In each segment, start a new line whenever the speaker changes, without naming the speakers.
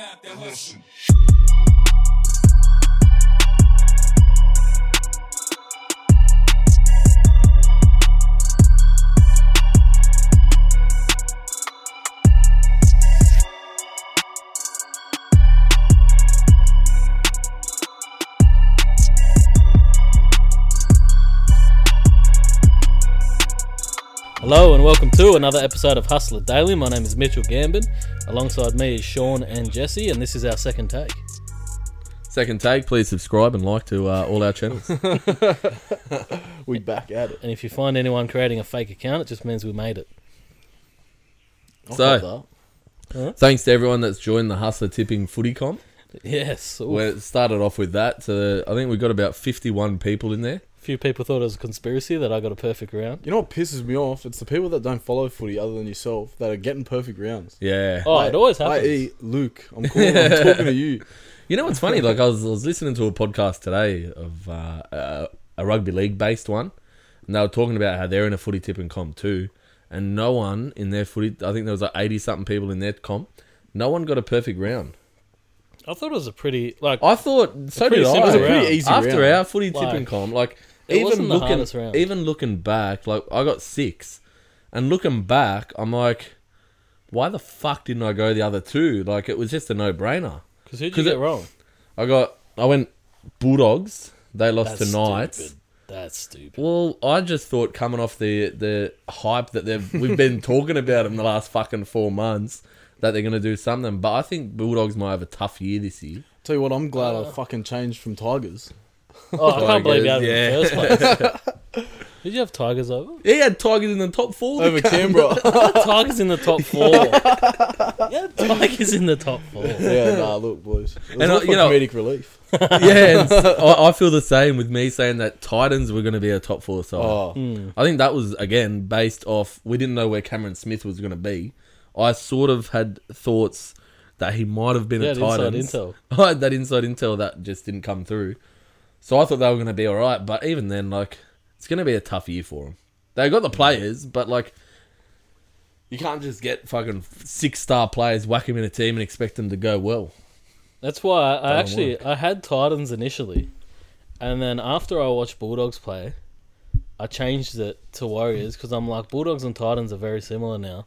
Nelson.
Hello and welcome to another episode of Hustler Daily. My name is Mitchell Gambin. Alongside me is Sean and Jesse, and this is our second take.
Second take, please subscribe and like to uh, all our channels.
We back at it.
And if you find anyone creating a fake account, it just means we made it.
so, thanks to everyone that's joined the Hustler Tipping Footy Comp.
Yes, a
We it started off with that. So I think we got about 51 people in there.
few people thought it was a conspiracy that I got a perfect round.
You know what pisses me off? It's the people that don't follow footy other than yourself that are getting perfect rounds.
Yeah.
Oh, it always happens.
I.e., Luke, I'm, calling, I'm talking to you.
You know what's funny? Like I was, I was listening to a podcast today of uh, a, a rugby league based one, and they were talking about how they're in a footy tipping comp too, and no one in their footy. I think there was like eighty something people in their comp. No one got a perfect round.
I thought it was a pretty like
I thought so
pretty
did I.
simple It was a round. pretty
easy
After
round.
our footy
Like,
tipping comp, like
it
even
wasn't the
looking
hardest round.
even looking back, like I got six, and looking back, I'm like, why the fuck didn't I go the other two? Like it was just a no brainer.
because who did you
'cause
get
it-
wrong?
I got I went Bulldogs. They lost to Knights.
stupid. That's stupid.
Well, I just thought coming off the the hype that they've we've been talking about them the last fucking four months that they're gonna do something. But I think Bulldogs might have a tough year this year.
Tell you what, I'm glad I fucking changed from Tigers.
Oh, I can't believe you had it in the
Tigers,
first place. Did you have Tigers over?
He had Tigers in the top four.
Over Canberra.
Tigers in the top four. yeah, Tigers in the top four.
yeah, nah, look, boys. It was
And,
all
uh,
for
you know-
comedic relief.
yeah, and s- I, I feel the same with me saying that Titans were going to be a top four side. Hmm.
Oh,
I think that was again based off we didn't know where Cameron Smith was going to be. I sort of had thoughts that he might have been
Yeah,
a
the inside
Titans.
intel.
I had that inside intel that just didn't come through. So I thought they were going to be all right, but even then, like it's going to be a tough year for them. They got the players, but like you can't just get fucking six star players whack them in a team and expect them to go well.
That's why I, I
Doesn't
actually I had Titans initially, and then after I watched Bulldogs play, I changed it to Warriors because I'm like Bulldogs and Titans are very similar now,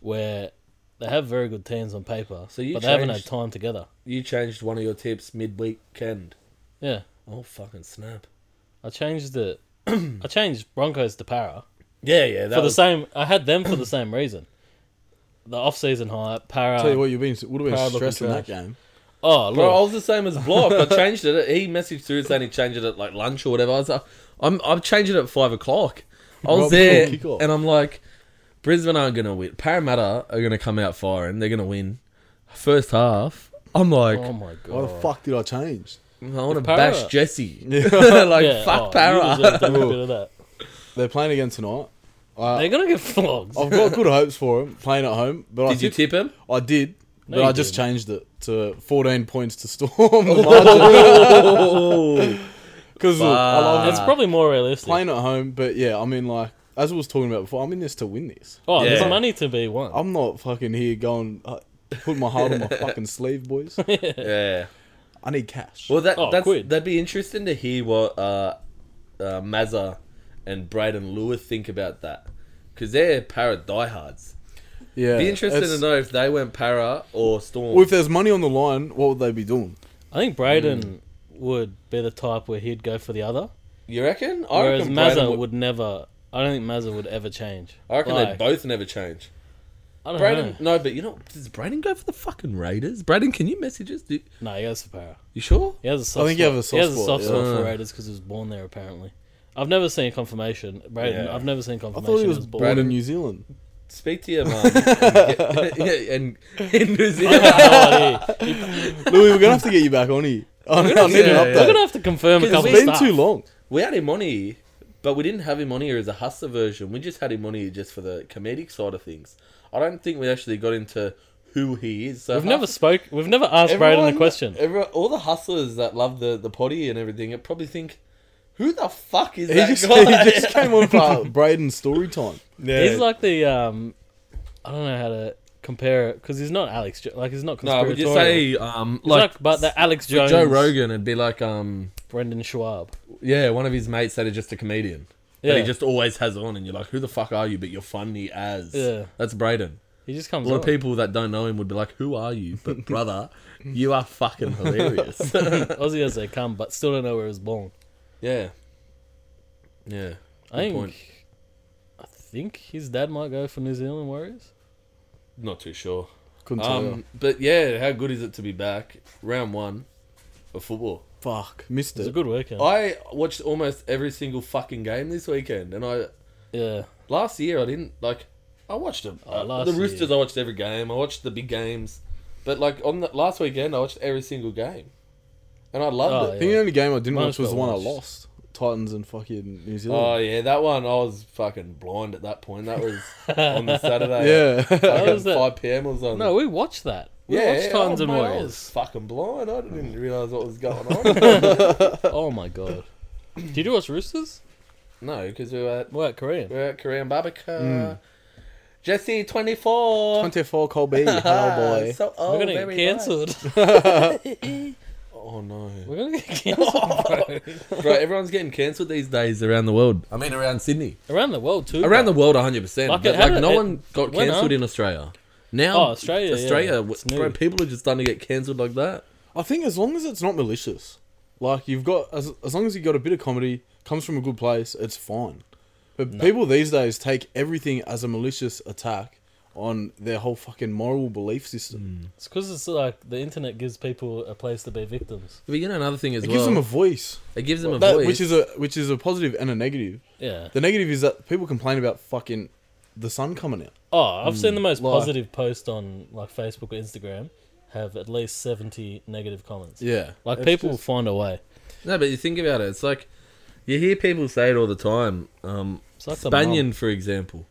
where they have very good teams on paper,
So you
but they haven't had
changed-
time together.
You changed one of your tips midweek, Ken.
Yeah,
Oh fucking snap!
I changed it. I changed Broncos to Para
Yeah, yeah. That
for
was,
the same. I had them for the same reason. The off-season hype, Para.
tell you what, you've been would have been
Proud looking
stressed in that game.
oh, look.
bro, I was the same as Block. I changed it. He messaged through saying he changed it at like lunch or whatever. I was like, I'm I'm changing it at five o'clock. I was
Rob,
there
kick off.
and I'm like, Brisbane aren't gonna win. Parramatta are gonna come out firing. They're gonna win. First half, I'm like,
oh my god!
Why the fuck did I change?
I want to
Parra-
bash Jesse. like
Yeah,
fuck
oh, you
Para.
deserve to have a bit of that.
They're playing again tonight.
They're gonna get flogged.
I've got good hopes for them playing at home, but I
Did you
did,
tip him?
I did,
No,
but
you
I just
didn't.
changed it to 14 points to Storm the margin because I
Oh,
love
It's probably more realistic.
playing at home, but yeah, I mean, like as I was talking about before, I'm in this to win this.
oh,
Yeah.
there's money to be
Oh.
won.
I'm not fucking here going uh, put my heart on my fucking sleeve, boys.
Yeah.
I need cash.
Well, that
Oh,
that's,
quid.
that'd be interesting to hear what uh, uh, Mazza and Braden Lewis think about that because they're para diehards.
yeah,
Be interested
it's-
to know if they went para or storm.
Well, if there's money on the line, what would they be doing?
I think Braden
Mm.
would be the type where he'd go for the other,
you reckon? I
whereas
reckon Braden
Mazza would, never. I don't think Mazza would ever change.
I reckon
Like,
they both never change.
I don't
Braden,
know.
no, but you know, does Braden go for the fucking Raiders? Braden, can you message us? Do,
No, he goes for Para.
you sure?
He has a soft.
I think he
spot.
has a
he
soft
has a
spot,
soft spot for
yeah.
Raiders because he was born there. Apparently, I've never seen confirmation. Braden,
Yeah.
I've never seen
I
confirmation.
thought he
he
was
was
born
born.
in New Zealand.
Speak to your mum. and, get- yeah, and in New Zealand.
No idea.
Louis, we're gonna have to get you back on here. I need an
Yeah, yeah.
update.
We're gonna have to confirm a
Because
couple.
It's
of
been
stuff.
too long.
we had him on here, but we didn't have him on here as a hustler version. We just had him on here just for the comedic side of things. I don't think we actually got into who he is. So
We've never spoke. We've never asked Braden the question.
everyone- all the hustlers that love the the potty and everything, it probably think, "Who the fuck is
He
that
just,
guy?"
he just came on for Braden's story time.
yeah.
He's like the um, I don't know how to compare it because he's not Alex. Jo- Like he's not
No,
conspiratorial.
would you say um
He's like,
like,
but the Alex
with
Jones,
Joe Rogan would be like um
Brendan Schwab.
yeah one of his mates that are just a comedian
Yeah,
that he just always has on, and you're like, who the fuck are you? But you're funny as
Yeah.
that's Braden.
he just
A
comes.
lot
On.
of people that don't know him would be like, "Who are you?" But brother, you are fucking hilarious.
Aussie as they come, but still don't know where he was born.
yeah, yeah.
I
Good
think.
point.
I think his dad might go for New Zealand Warriors.
Not too sure.
Couldn't tell.
Um, but yeah, how good is it to be back? Round one of football.
Fuck, missed
It's a
it.
good workout.
I watched almost every single fucking game this weekend, and I
yeah,
last year I didn't like. I watched them.
Oh, last
the Roosters.
year.
I watched every game. I watched the big games, but like on the last weekend, I watched every single game, and I loved
Oh,
I
it.
think the only game I didn't
Might as
watch was the
well
one I
watch.
lost. Titans and fucking New
Oh
Zealand.
yeah, that one I was fucking blind at that point. That was on the Saturday.
yeah.
Fucking
was that?
five PM or something.
no, we watched that. We watched Titans
oh,
and Mm.
mate, I was
Warriors.
fucking blind. I didn't realize what was going on.
oh my god! Did you watch Roosters?
no, because we were at
What Korean?
we were at Korean barbecue.
Mm.
Jesse twenty four.
24 Colby. oh boy.
so
We're
old,
gonna get
Oh, very
cancelled.
nice. Oh no,
We're gonna get cancelled, bro.
bro! Everyone's getting cancelled these days around the world. I mean, around Sydney,
Around the world too.
around the world, one hundred percent.
Like,
But
how
like,
did
no
it-
one got
when,
cancelled
huh?
in Australia. Now,
Oh, Australia, yeah.
Australia, w-
It's new.
bro, people are just starting to get cancelled like that.
I think as long as it's not malicious, like you've got as as long as you got a bit of comedy, comes from a good place, it's fine. But people these days take everything as a malicious attack on their whole fucking moral belief system.
It's because it's like the internet gives people a place to be victims.
But you know another thing as
It
well.
gives them a voice,
it gives them a
That-
voice,
which is a which is a positive and a negative.
Yeah.
The negative is that people complain about fucking the sun coming out.
Oh, I've seen the most
like-
positive post on like Facebook or Instagram have at least seventy negative comments.
Yeah,
Like
It's
people
just-
find a way.
no. But you think about it, it's like you hear people say it all the time. Um,
It's like the
Spanian, for example,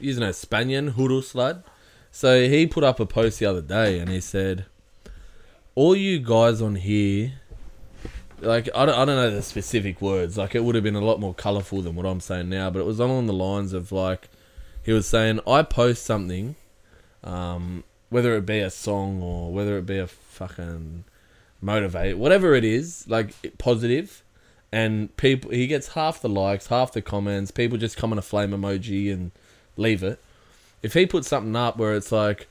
you know Spanian Huru Slad. So he put up a post the other day, and he said, "All you guys on here." Like I don't, I don't know the specific words. Like it would have been a lot more colourful than what I'm saying now, but it was along the lines of like he was saying, I post something, um, whether it be a song or whether it be a fucking motivate, whatever it is, like positive, and people he gets half the likes, half the comments. People just come on a flame emoji and leave it. If he puts something up where it's like,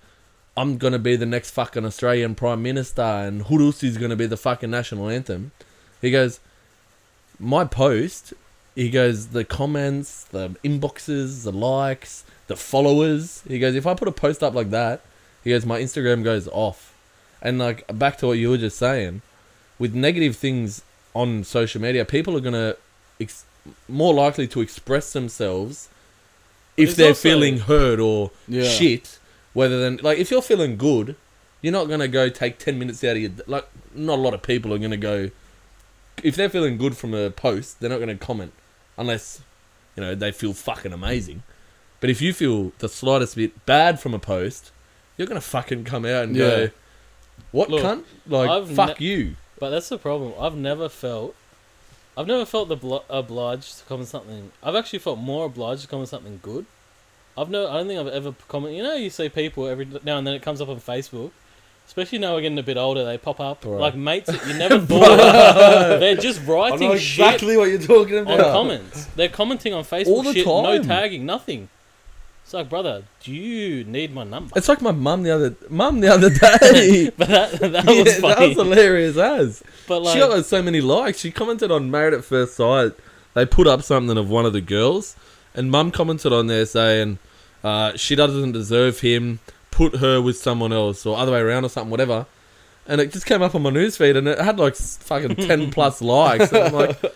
I'm gonna be the next fucking Australian prime minister and Hurusi's gonna be the fucking national anthem, he goes, my post. He goes the comments, the inboxes, the likes, the followers. He goes if I put a post up like that, he goes my Instagram goes off. And like back to what you were just saying, with negative things on social media, people are gonna ex- more likely to express themselves if
it's
they're
also-
feeling hurt or
Yeah.
shit. Whether than like if you're feeling good, you're not gonna go take ten minutes out of your like. Not a lot of people are gonna go if they're feeling good from a post, they're not going to comment unless you know they feel fucking amazing. But if you feel the slightest bit bad from a post, you're going to fucking come out and
Yeah.
go, "What
Look,
cunt? Like
I've
fuck
ne-
you."
But that's the problem. I've never felt, I've never felt the blo- obliged to comment something. I've actually felt more obliged to comment something good. I've no, I don't think I've ever comment. You know, you see people every now and then. It comes up on Facebook, especially now we're getting a bit older. They pop up
Bro.
like mates that you never thought. They're just writing shit
what you're talking
on comments. They're commenting on Facebook
All the
shit, no
time.
tagging, nothing. It's like, brother, do you need my number?
It's like my mum the other mum the other day.
but that, that
Yeah,
was funny.
hilarious as.
but like,
she got like, so many likes. She commented on Married at First Sight. They put up something of one of the girls, and Mum commented on there saying uh, she doesn't deserve him. Put her with someone else, or other way around, or something, whatever. And it just came up on my newsfeed, and it had like s- fucking ten plus likes. And I'm like, what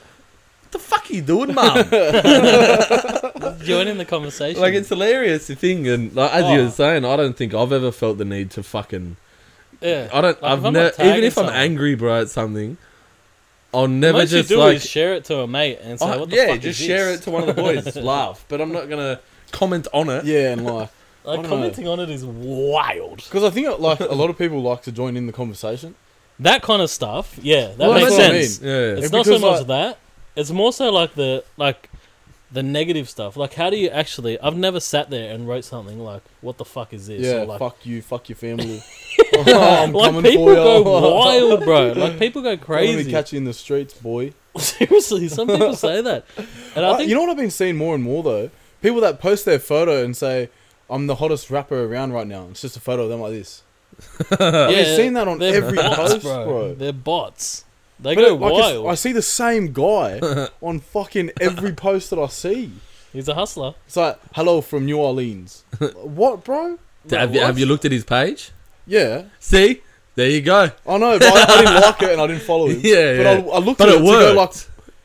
the fuck are you doing, Mum?
join in the conversation.
like it's hilarious the thing, and like, as you
Oh.
were saying, I don't think I've ever felt the need to fucking.
yeah.
I
Like,
don't.
if
I've
I'm
never.
not
Even if
tagging
I'm
someone-
angry, bro, at something, I'll
The
never
most
just
you do
like
is share it to a mate and say,
Oh,
"What the
yeah,
fuck
just
is
share
this?
it to one of the boys. laugh, but I'm not gonna comment on it.
Yeah, and like
Like,
I don't
commenting on it is wild.
because I think like a lot of people like to join in the conversation.
That kind of stuff. Yeah, that
Well,
makes
that's what I
sense.
mean.
Yeah,
It's
It's
not so
because,
much
like-
that. It's more so like the like the negative stuff. Like, how do you actually? I've never sat there and wrote something like, "What the fuck is this?"
Yeah,
or like,
fuck you, fuck your family. Oh, I'm
like
coming
people
for
go
you.
wild, bro. Like people go
Let me
crazy.
catch you in the streets, boy.
Seriously, some people say that, and I
I-
think
you know what I've been seeing more and more though? People that post their photo and say, I'm the hottest rapper around right now. It's just a photo of them like this.
yeah,
I've seen that on
they're
every
bots,
post, bro.
They're bots. They
But
go
it- like, it's-
wild.
I see the same guy on fucking every post that I see.
He's a hustler.
It's like, hello from New Orleans. what, bro?
have, you, have you looked at his page?
Yeah.
See, there you go.
I know, but I, I didn't like it and I didn't follow him.
Yeah,
but
yeah.
I, I looked
But
at
it
it, to go like,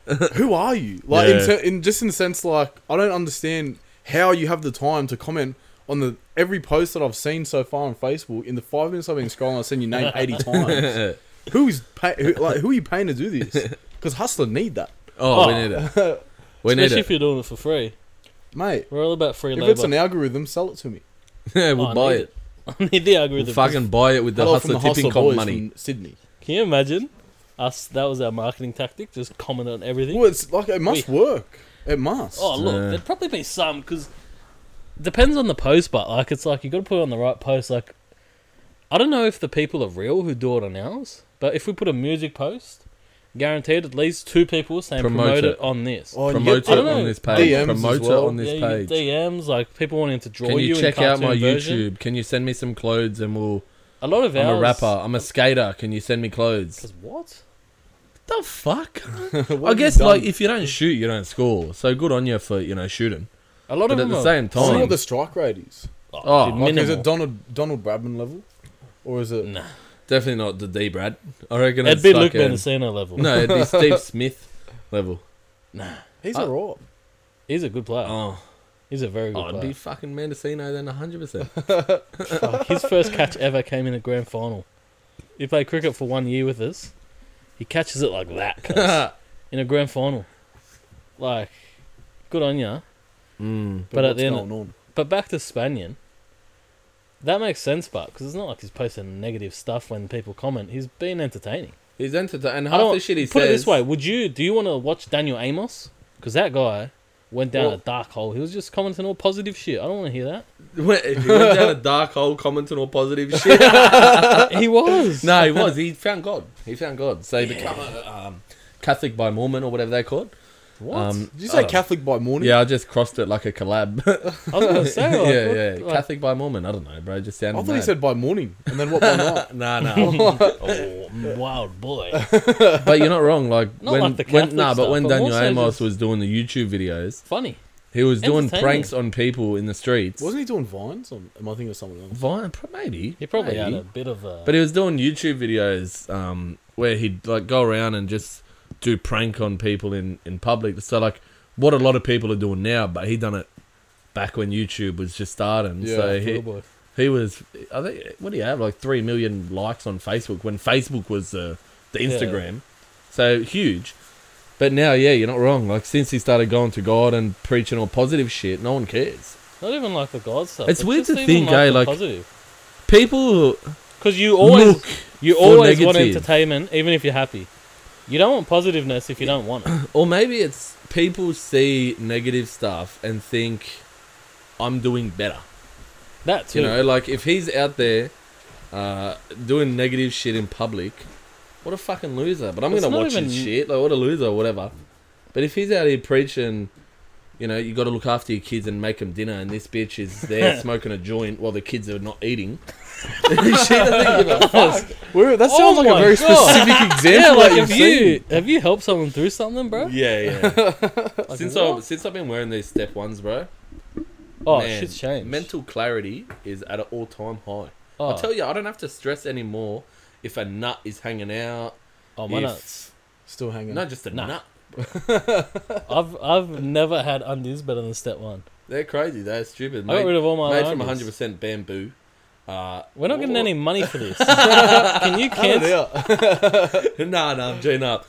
worked.
who are you? Like in,
Yeah.
ter- in just in the sense like I don't understand how you have the time to comment on the every post that I've seen so far on Facebook. In the five minutes I've been scrolling, I've seen your name eighty times.
oh,
who is pay- who, like who are you paying to do this? Because hustler need that,
we
Oh.
need it. We need
Especially if
it.
you're doing it for free.
mate.
We're all about free
If
labor.
it's an algorithm, sell it to me.
yeah, we'll
Oh, I
buy
need
it.
I need the algorithm.
We'll fucking buy it with the
Hello
hustler
from the
tipping
hustler
comp
boys
money.
from Sydney.
Can you imagine? Us. That was our marketing tactic. Just comment on everything.
Well, it's like it must work. It must.
Oh look,
Yeah.
there'd probably be some because depends on the post, but like it's like you got to put it on the right post. Like I don't know if the people are real who do it on ours, but if we put a music post, guaranteed at least two people saying promote, it.
Promote it.
on this.
Oh, and you
Promote
get-
it
I don't
on
know.
this page.
DMs as
Promote
well.
it on
Yeah, you
this
get
page.
DMs like people wanting to draw
Can you
in
check out
cartoon
my
version.
YouTube? Can you send me some clothes and we'll.
A lot of
I'm
ours.
a rapper. I'm a skater. Can you send me clothes?
'Cause what?
The fuck?
What
I
have you
guess like
done?
if you don't shoot, you don't score. So good on you for you know shooting.
A lot
But
of
at
them
the
are-
same
I wonder
time,
what the strike rate is.
Oh,
Oh,
dude,
Like, is
minimal.
it Donald Donald Bradman level, or is it?
Nah.
definitely not the D Brad. I reckon
It'd
it's
be Luke
fucking-
Mendocino level.
No, it'd be Steve Smith level.
He's
I-
alright.
He's a good player.
Oh,
He's a very good
oh it'd
player.
be fucking Mendocino then, hundred percent.
Fuck, his first catch ever came in a grand final. He played cricket for one year with us. He catches it like that cuz, in a grand final. Like, good on ya.
Mm.
But at
what's
the end-
going on?
But back to Spanian. That makes sense, but because it's not like he's posting negative stuff when people comment. He's been entertaining.
He's entertaining. And
I
half
don't
the shit he
put
says.
it this way: Would you? Do you want to watch Daniel Amos? Because that guy went down
Well-
a dark hole. He was just commenting all positive shit. I don't want to hear that.
Went, if he went down a dark hole, commenting all positive shit.
he was.
no, he was. He found God. He found God. So he became a um, Catholic by Mormon or whatever they're called.
What?
Um,
Did you say
uh,
Catholic by morning?
Yeah, I just crossed it like a collab.
I was gonna say, like,
yeah,
what-
yeah.
like,
Catholic by Mormon. I don't know, bro. It just
I
sounded.
thought
mad.
he said by morning, and then what by night?
Nah, nah.
Oh, wild boy.
but you're not wrong. Like
Not
when,
like the
when
Catholic
nah, but
stuff,
when
but
Daniel
more so
Amos
just-
was doing the YouTube videos,
Funny.
he was doing
Entertaining.
pranks on people in the streets.
Wasn't he doing vines? Or am I thinking of someone else?
Vine, pro- maybe
He probably
maybe.
had a bit of a.
But he was doing YouTube videos um, where he'd like go around and just do prank on people in in public. So like what a lot of people are doing now, but he done it back when YouTube was just starting.
Yeah,
so
Good
he
boy.
he was I think what do you have like three million likes on Facebook when Facebook was the the
Yeah.
Instagram, so huge. But now, yeah, you're not wrong. Like since he started going to God and preaching all positive shit, no one cares.
Not even like the God stuff.
It's
but
weird
just
to
even,
think, eh,
the
like-
positive.
People
Because you always,
look
you
for
always want
negative.
entertainment, even if you're happy. You don't want positiveness if you don't want it.
Or maybe it's people see negative stuff and think, I'm doing better.
That too.
You know, like if he's out there uh, doing negative shit in public, what a fucking loser. But I'm
It's
going to
not
watch
even-
his shit. Like, what a loser, whatever. But if he's out here preaching, you know, you got to look after your kids and make them dinner, and this bitch is there smoking a joint while the kids are not eating. shit, I think, you know, fuck.
Where, that
Oh
sounds like
my
a very
God.
specific example.
yeah, like
that you've
have you
seen.
have you helped someone through something, bro?
Yeah, yeah.
Like,
since
what?
I since I've been wearing these step ones, bro.
oh
Man,
shit's changed.
Mental clarity is at an all time high.
Oh,
I tell you, I don't have to stress anymore if a nut is hanging out.
oh my
if-
nuts.
Still hanging.
No, just a
Nah.
nut.
I've I've never had undies better than step one.
They're crazy. They're stupid.
I got rid of all my
made
undies.
from 100 percent bamboo. Uh,
We're not getting
what-
any money for this. Can you cancel?
yeah.
nah, nah, I'm Gene up.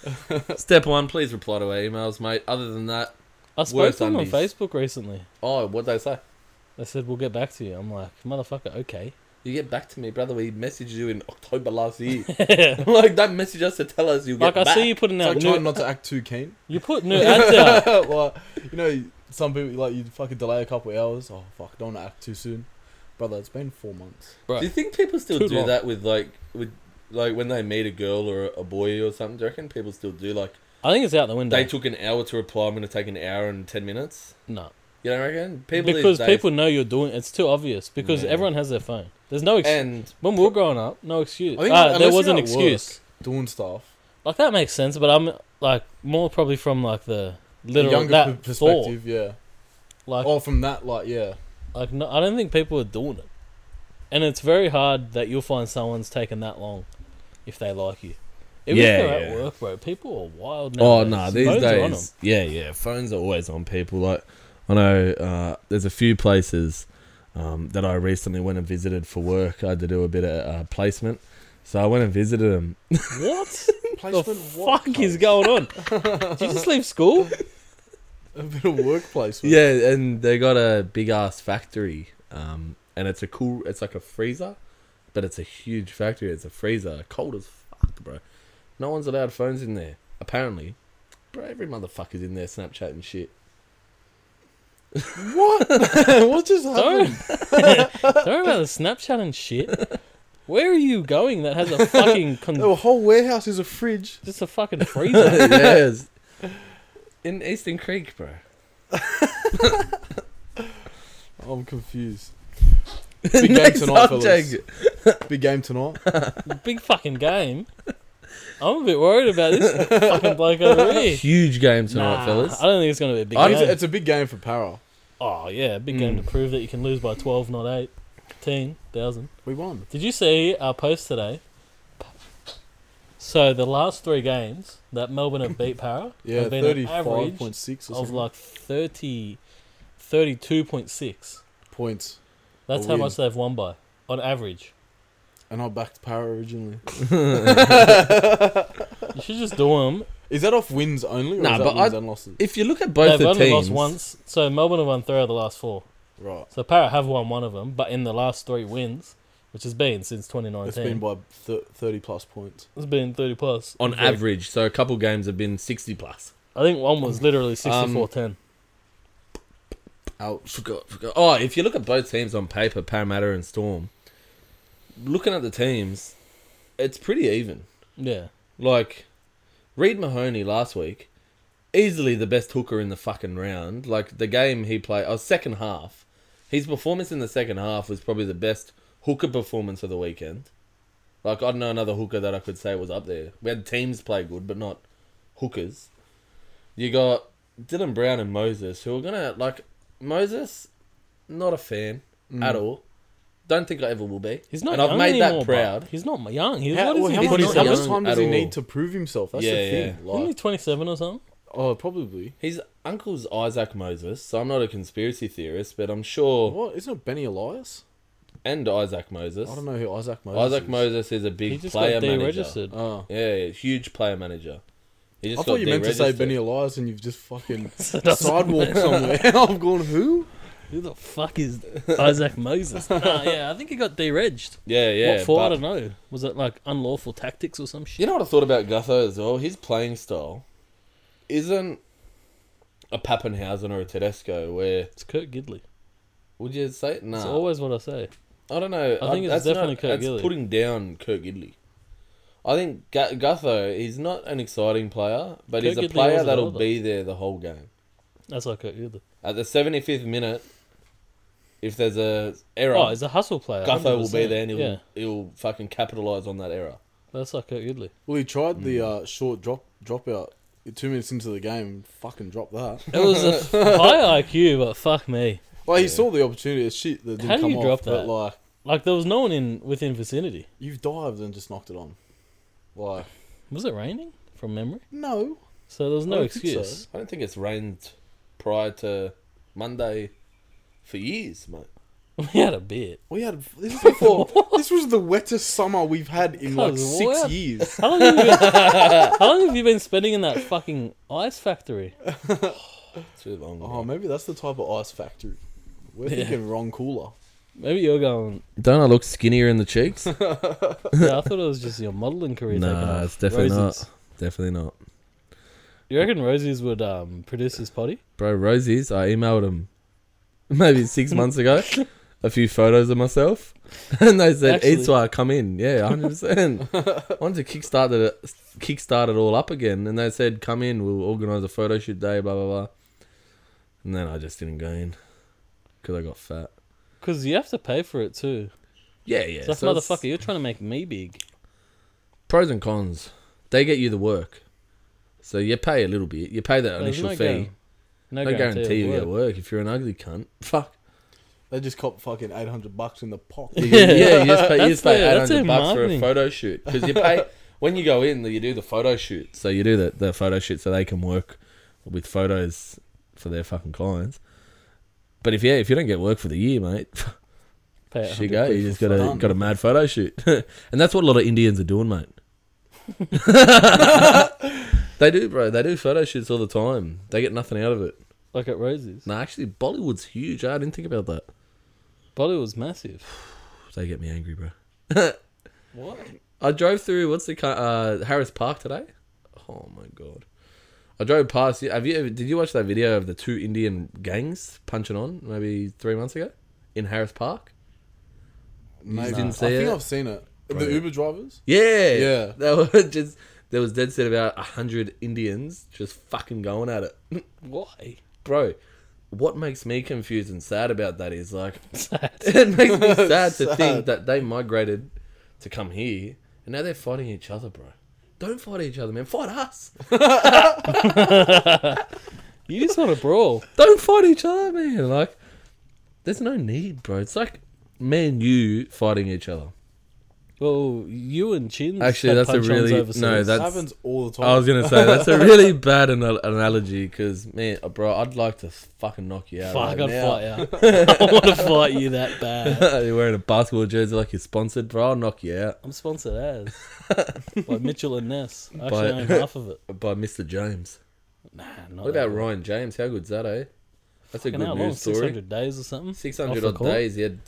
Step one, please reply to our emails, mate. Other than that,
I spoke
Worst
to them on
undies.
Facebook recently.
oh, what they say?
They said we'll get back to you. I'm like, motherfucker, okay.
You get back to me, brother. We messaged you in October last year. like, don't message us to tell us you
like
get
I
back.
see you putting
It's
out
like
new,
trying not to act too keen.
you put new ads out.
like, you know, some people like you fucking delay a couple hours. Oh fuck, don't want to act too soon, brother. It's been four months.
Bro,
Do you think people still
Too
do
long.
that with like with like when they meet a girl or a boy or something? Do you reckon people still do like
I think it's out the window.
they took an hour to reply? I'm going to take an hour and ten minutes.
no,
You don't reckon people these
because
days-
people know you're doing. It's too obvious because
Yeah.
everyone has their phone. There's no excuse.
and
When we were growing up, no excuse.
I think
Ah, there
unless
was
you're
an
at work
excuse.
doing stuff.
Like that makes sense, but I'm like more probably from like the
the
literal
younger
that
per-
thought.
perspective, yeah.
Like
Or from that, like yeah,
Like, no, I don't think people are doing it. And it's very hard that you'll find someone's taken that long if they like you. Even
Yeah,
if they're at
yeah.
work, bro, people are wild now.
Oh no, these days, yeah, yeah, phones are always on people. Like I know uh, there's a few places um, that I recently went and visited for work. I had to do a bit of uh, placement, so I went and visited them.
What the
placement. what,
fuck
cunt?
is going on? Did you just leave school?
a bit of work placement?
Yeah, and they got a big ass factory, um, and it's a cool. It's like a freezer, but it's a huge factory. It's a freezer, cold as fuck, bro. No one's allowed phones in there. Apparently, bro, every motherfucker's in there Snapchat and shit.
what just
Sorry.
happened?
Sorry about the Snapchat and shit. Where are you going that has a fucking
The
con-
whole warehouse is Oh, a fridge.
just a fucking freezer?
yes. In Eastern Creek, bro.
I'm confused. Big game tonight, fellas. Big game tonight.
Big fucking game. I'm a bit worried about this fucking bloke over here.
Huge game tonight,
Nah,
fellas.
I don't think it's gonna be a big
I
game.
It's a, it's a big game for Para.
Oh yeah, big game
Mm.
to prove that you can lose by twelve, not eighteen thousand.
We won.
Did you see our post today? So the last three games that Melbourne have beat Para
Yeah,
have been an
thirty-five
average
point six or
of
something.
like 30, 32.6.
points,
That's
A
how
win.
much they've won by on average.
and I backed Para originally.
You should just do them.
Is that off wins only, or
Nah,
is that
but
wins
I-
and losses?
If you look at both
They've
the
only
teams,
lost once, so Melbourne have won three of the last four.
Right,
So Para have won one of them, but in the last three wins, which has been since twenty nineteen,
it's been by th- thirty plus points.
it's been thirty plus
on
Like,
average, so a couple games have been sixty plus.
I think one
Um,
was literally 64-10.
Ouch.
Forgot, forgot. Oh, if you look at both teams on paper, Parramatta and Storm. Looking at the teams, it's pretty even.
yeah.
Like, Reed Mahoney last week, easily the best hooker in the fucking round. Like, the game he played, oh, second half, his performance in the second half was probably the best hooker performance of the weekend. Like, I don't know another hooker that I could say was up there. We had teams play good, but not hookers. You got Dylan Brown and Moses, who are going to, like, Moses, not a fan at all. Don't think I ever will be.
Mm. He's not
And
young
I've made
anymore,
that
bro.
proud.
He's not young. He's,
How,
what is
well,
he?
how
He's
much,
not
how
young.
much time does
at
he
all.
need to prove himself? That's the
Yeah,
thing.
Isn't he
Like,
27 or something?
oh, probably.
His uncle's Isaac Moses, so I'm not a conspiracy theorist, but I'm sure.
What isn't it Benny Elias?
And Isaac Moses.
I don't know who Isaac Moses.
Isaac
is.
Moses is a big
He just got
player manager.
deregistered.
Ah.
Yeah, yeah, huge player manager. He just
I thought
got
you meant to say
deregistered.
Benny Elias, and you've just fucking
So that's-
sidewalk somewhere. I'm going who?
Who the fuck is Isaac Moses? nah, yeah, I think he got deregged.
Yeah, yeah.
what for? I
but-
don't know. Was it like unlawful tactics or some shit?
You know what I thought about Gutho as well? His playing style isn't a Pappenhausen or a Tedesco where
It's Kurt Gidley.
would you say it? Nah.
It's always what I say.
I don't know.
I think it's
that's
definitely
not,
Kirk
that's
Gidley.
putting down Kirk Gidley. I think Gu- Gutho, he's not an exciting player, but he's
Kirk
a
Gidley
player
wasn't
that'll
either.
be there the whole game.
That's like Kurt Gidley.
At the 75th minute, if there's a error,
Oh, he's a hustle player.
Gutho will be
100%.
there and he'll,
Yeah,
he'll fucking capitalise on that error.
that's like Kurt Gidley.
Well, he tried
Hmm.
the uh, short drop dropout two minutes into the game. and Fucking drop that.
It was a f- high IQ, but fuck me.
Like he saw the opportunity. It's shit that didn't
How do
come
you
off.
drop
But
that?
like
Like there was no one in within vicinity.
you've dived and just knocked it on. Like
Was it raining from memory?
no,
So there was no
don't think so.
excuse.
I don't think it's rained prior to Monday for years, mate.
We had a bit.
we had this was before. this was the wettest summer we've had in like
Cuz
six
what?
years.
How long, have you been, how long have you been spending in that fucking ice factory?
Too long.
Oh,
mate.
maybe that's the type of ice factory. We're
Yeah.
thinking wrong cooler.
Maybe you're going.
Don't I look skinnier in the cheeks?
Yeah, I thought it was just your modeling career. taking
nah,
off.
it's definitely
Roses.
not. Definitely not.
You reckon Rosie's would um, produce this potty?
Bro, Rosie's, I emailed him maybe six months ago a few photos of myself. And they said,
Actually-
Eatwa, come in. Yeah, 100%. I wanted to kickstart it, kickstart it all up again. And they said, come in, we'll organise a photo shoot day, blah, blah, blah. And then I just didn't go in because I got fat.
Because you have to pay for it too.
Yeah, yeah.
so,
so it's
motherfucker, you're trying to make me big.
Pros and cons. They get you the work. So you pay a little bit. You pay that
There's
initial
no
fee.
guarantee. No,
I guarantee,
guarantee
you
it'll
get
work.
work if you're an ugly cunt. Fuck.
They just cop fucking eight hundred bucks in the pocket.
Yeah, you just pay, you
That's
just pay
their-
eight
that's their
hundred bucks for a
marketing.
photo shoot because you pay when you go in. You do the photo shoot, so you do the the photo shoot so they can work with photos for their fucking clients. But if yeah, if you don't get work for the year, mate,
Pay it.
she go. You just got a
Done.
got a mad photo shoot, and that's what a lot of Indians are doing, mate. they do, bro. They do photo shoots all the time. They get nothing out of it.
Like at Rosie's.
No, actually, Bollywood's huge. I didn't think about that.
Potty was massive.
They get me angry, bro.
What?
I drove through what's the car, uh, Harris Park today. Oh my god! I drove past. Have you? ever- Did you watch that video of the two Indian gangs punching on maybe three months ago in Harris Park?
Maybe.
didn't
I
say
think
it?
I've seen it.
Right.
The Uber drivers.
Yeah,
Yeah.
They were just there was dead set about a hundred Indians just fucking going at it,
Why?
bro. What makes me confused and sad about that is like
Sad.
it makes me sad to
Sad.
think that they migrated to come here and now they're fighting each other, bro. Don't fight each other, man. Fight us.
You just want to brawl.
don't fight each other, man. Like, there's no need, bro. It's like me and you fighting each other.
Well, you and Chin.
Actually, that's a really- no,
That
That's-
happens all the time.
I was gonna say that's a really bad anal- analogy because, man, uh, bro, I'd like to fucking knock you out.
Fuck,
right
I'd
now.
fight you. I want to fight you that bad.
You're wearing a basketball jersey like you're sponsored, bro. I'll knock you out
I'm sponsored as by Mitchell and Ness. I actually
By-
own half of it.
by Mr. James.
Nah, not
What
that.
about Ryan James? How good's that, eh? That's a
Oh. Fucking
good
how
news
long? Six
story.
hundred days or something.
Six hundred
Off the
odd
court?
days. He had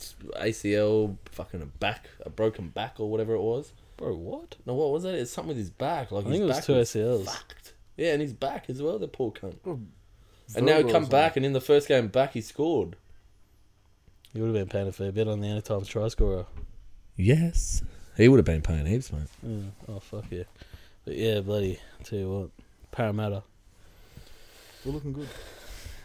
ACL, fucking a back, a broken back or whatever it was.
Bro, what?
No, what was that? It's something with his back. Like
I think it
his
was
back
two ACLs.
fucked. Yeah, and he's back as well, the poor cunt.
Oh,
And now
Vertebrae or
he come
something.
back, and in the first game back, he scored.
You would have been paying a fair bit on the only time try scorer.
Yes. He would have been paying heaps, mate.
Yeah. Oh fuck yeah. But yeah, bloody tell you what, Parramatta
We're looking good.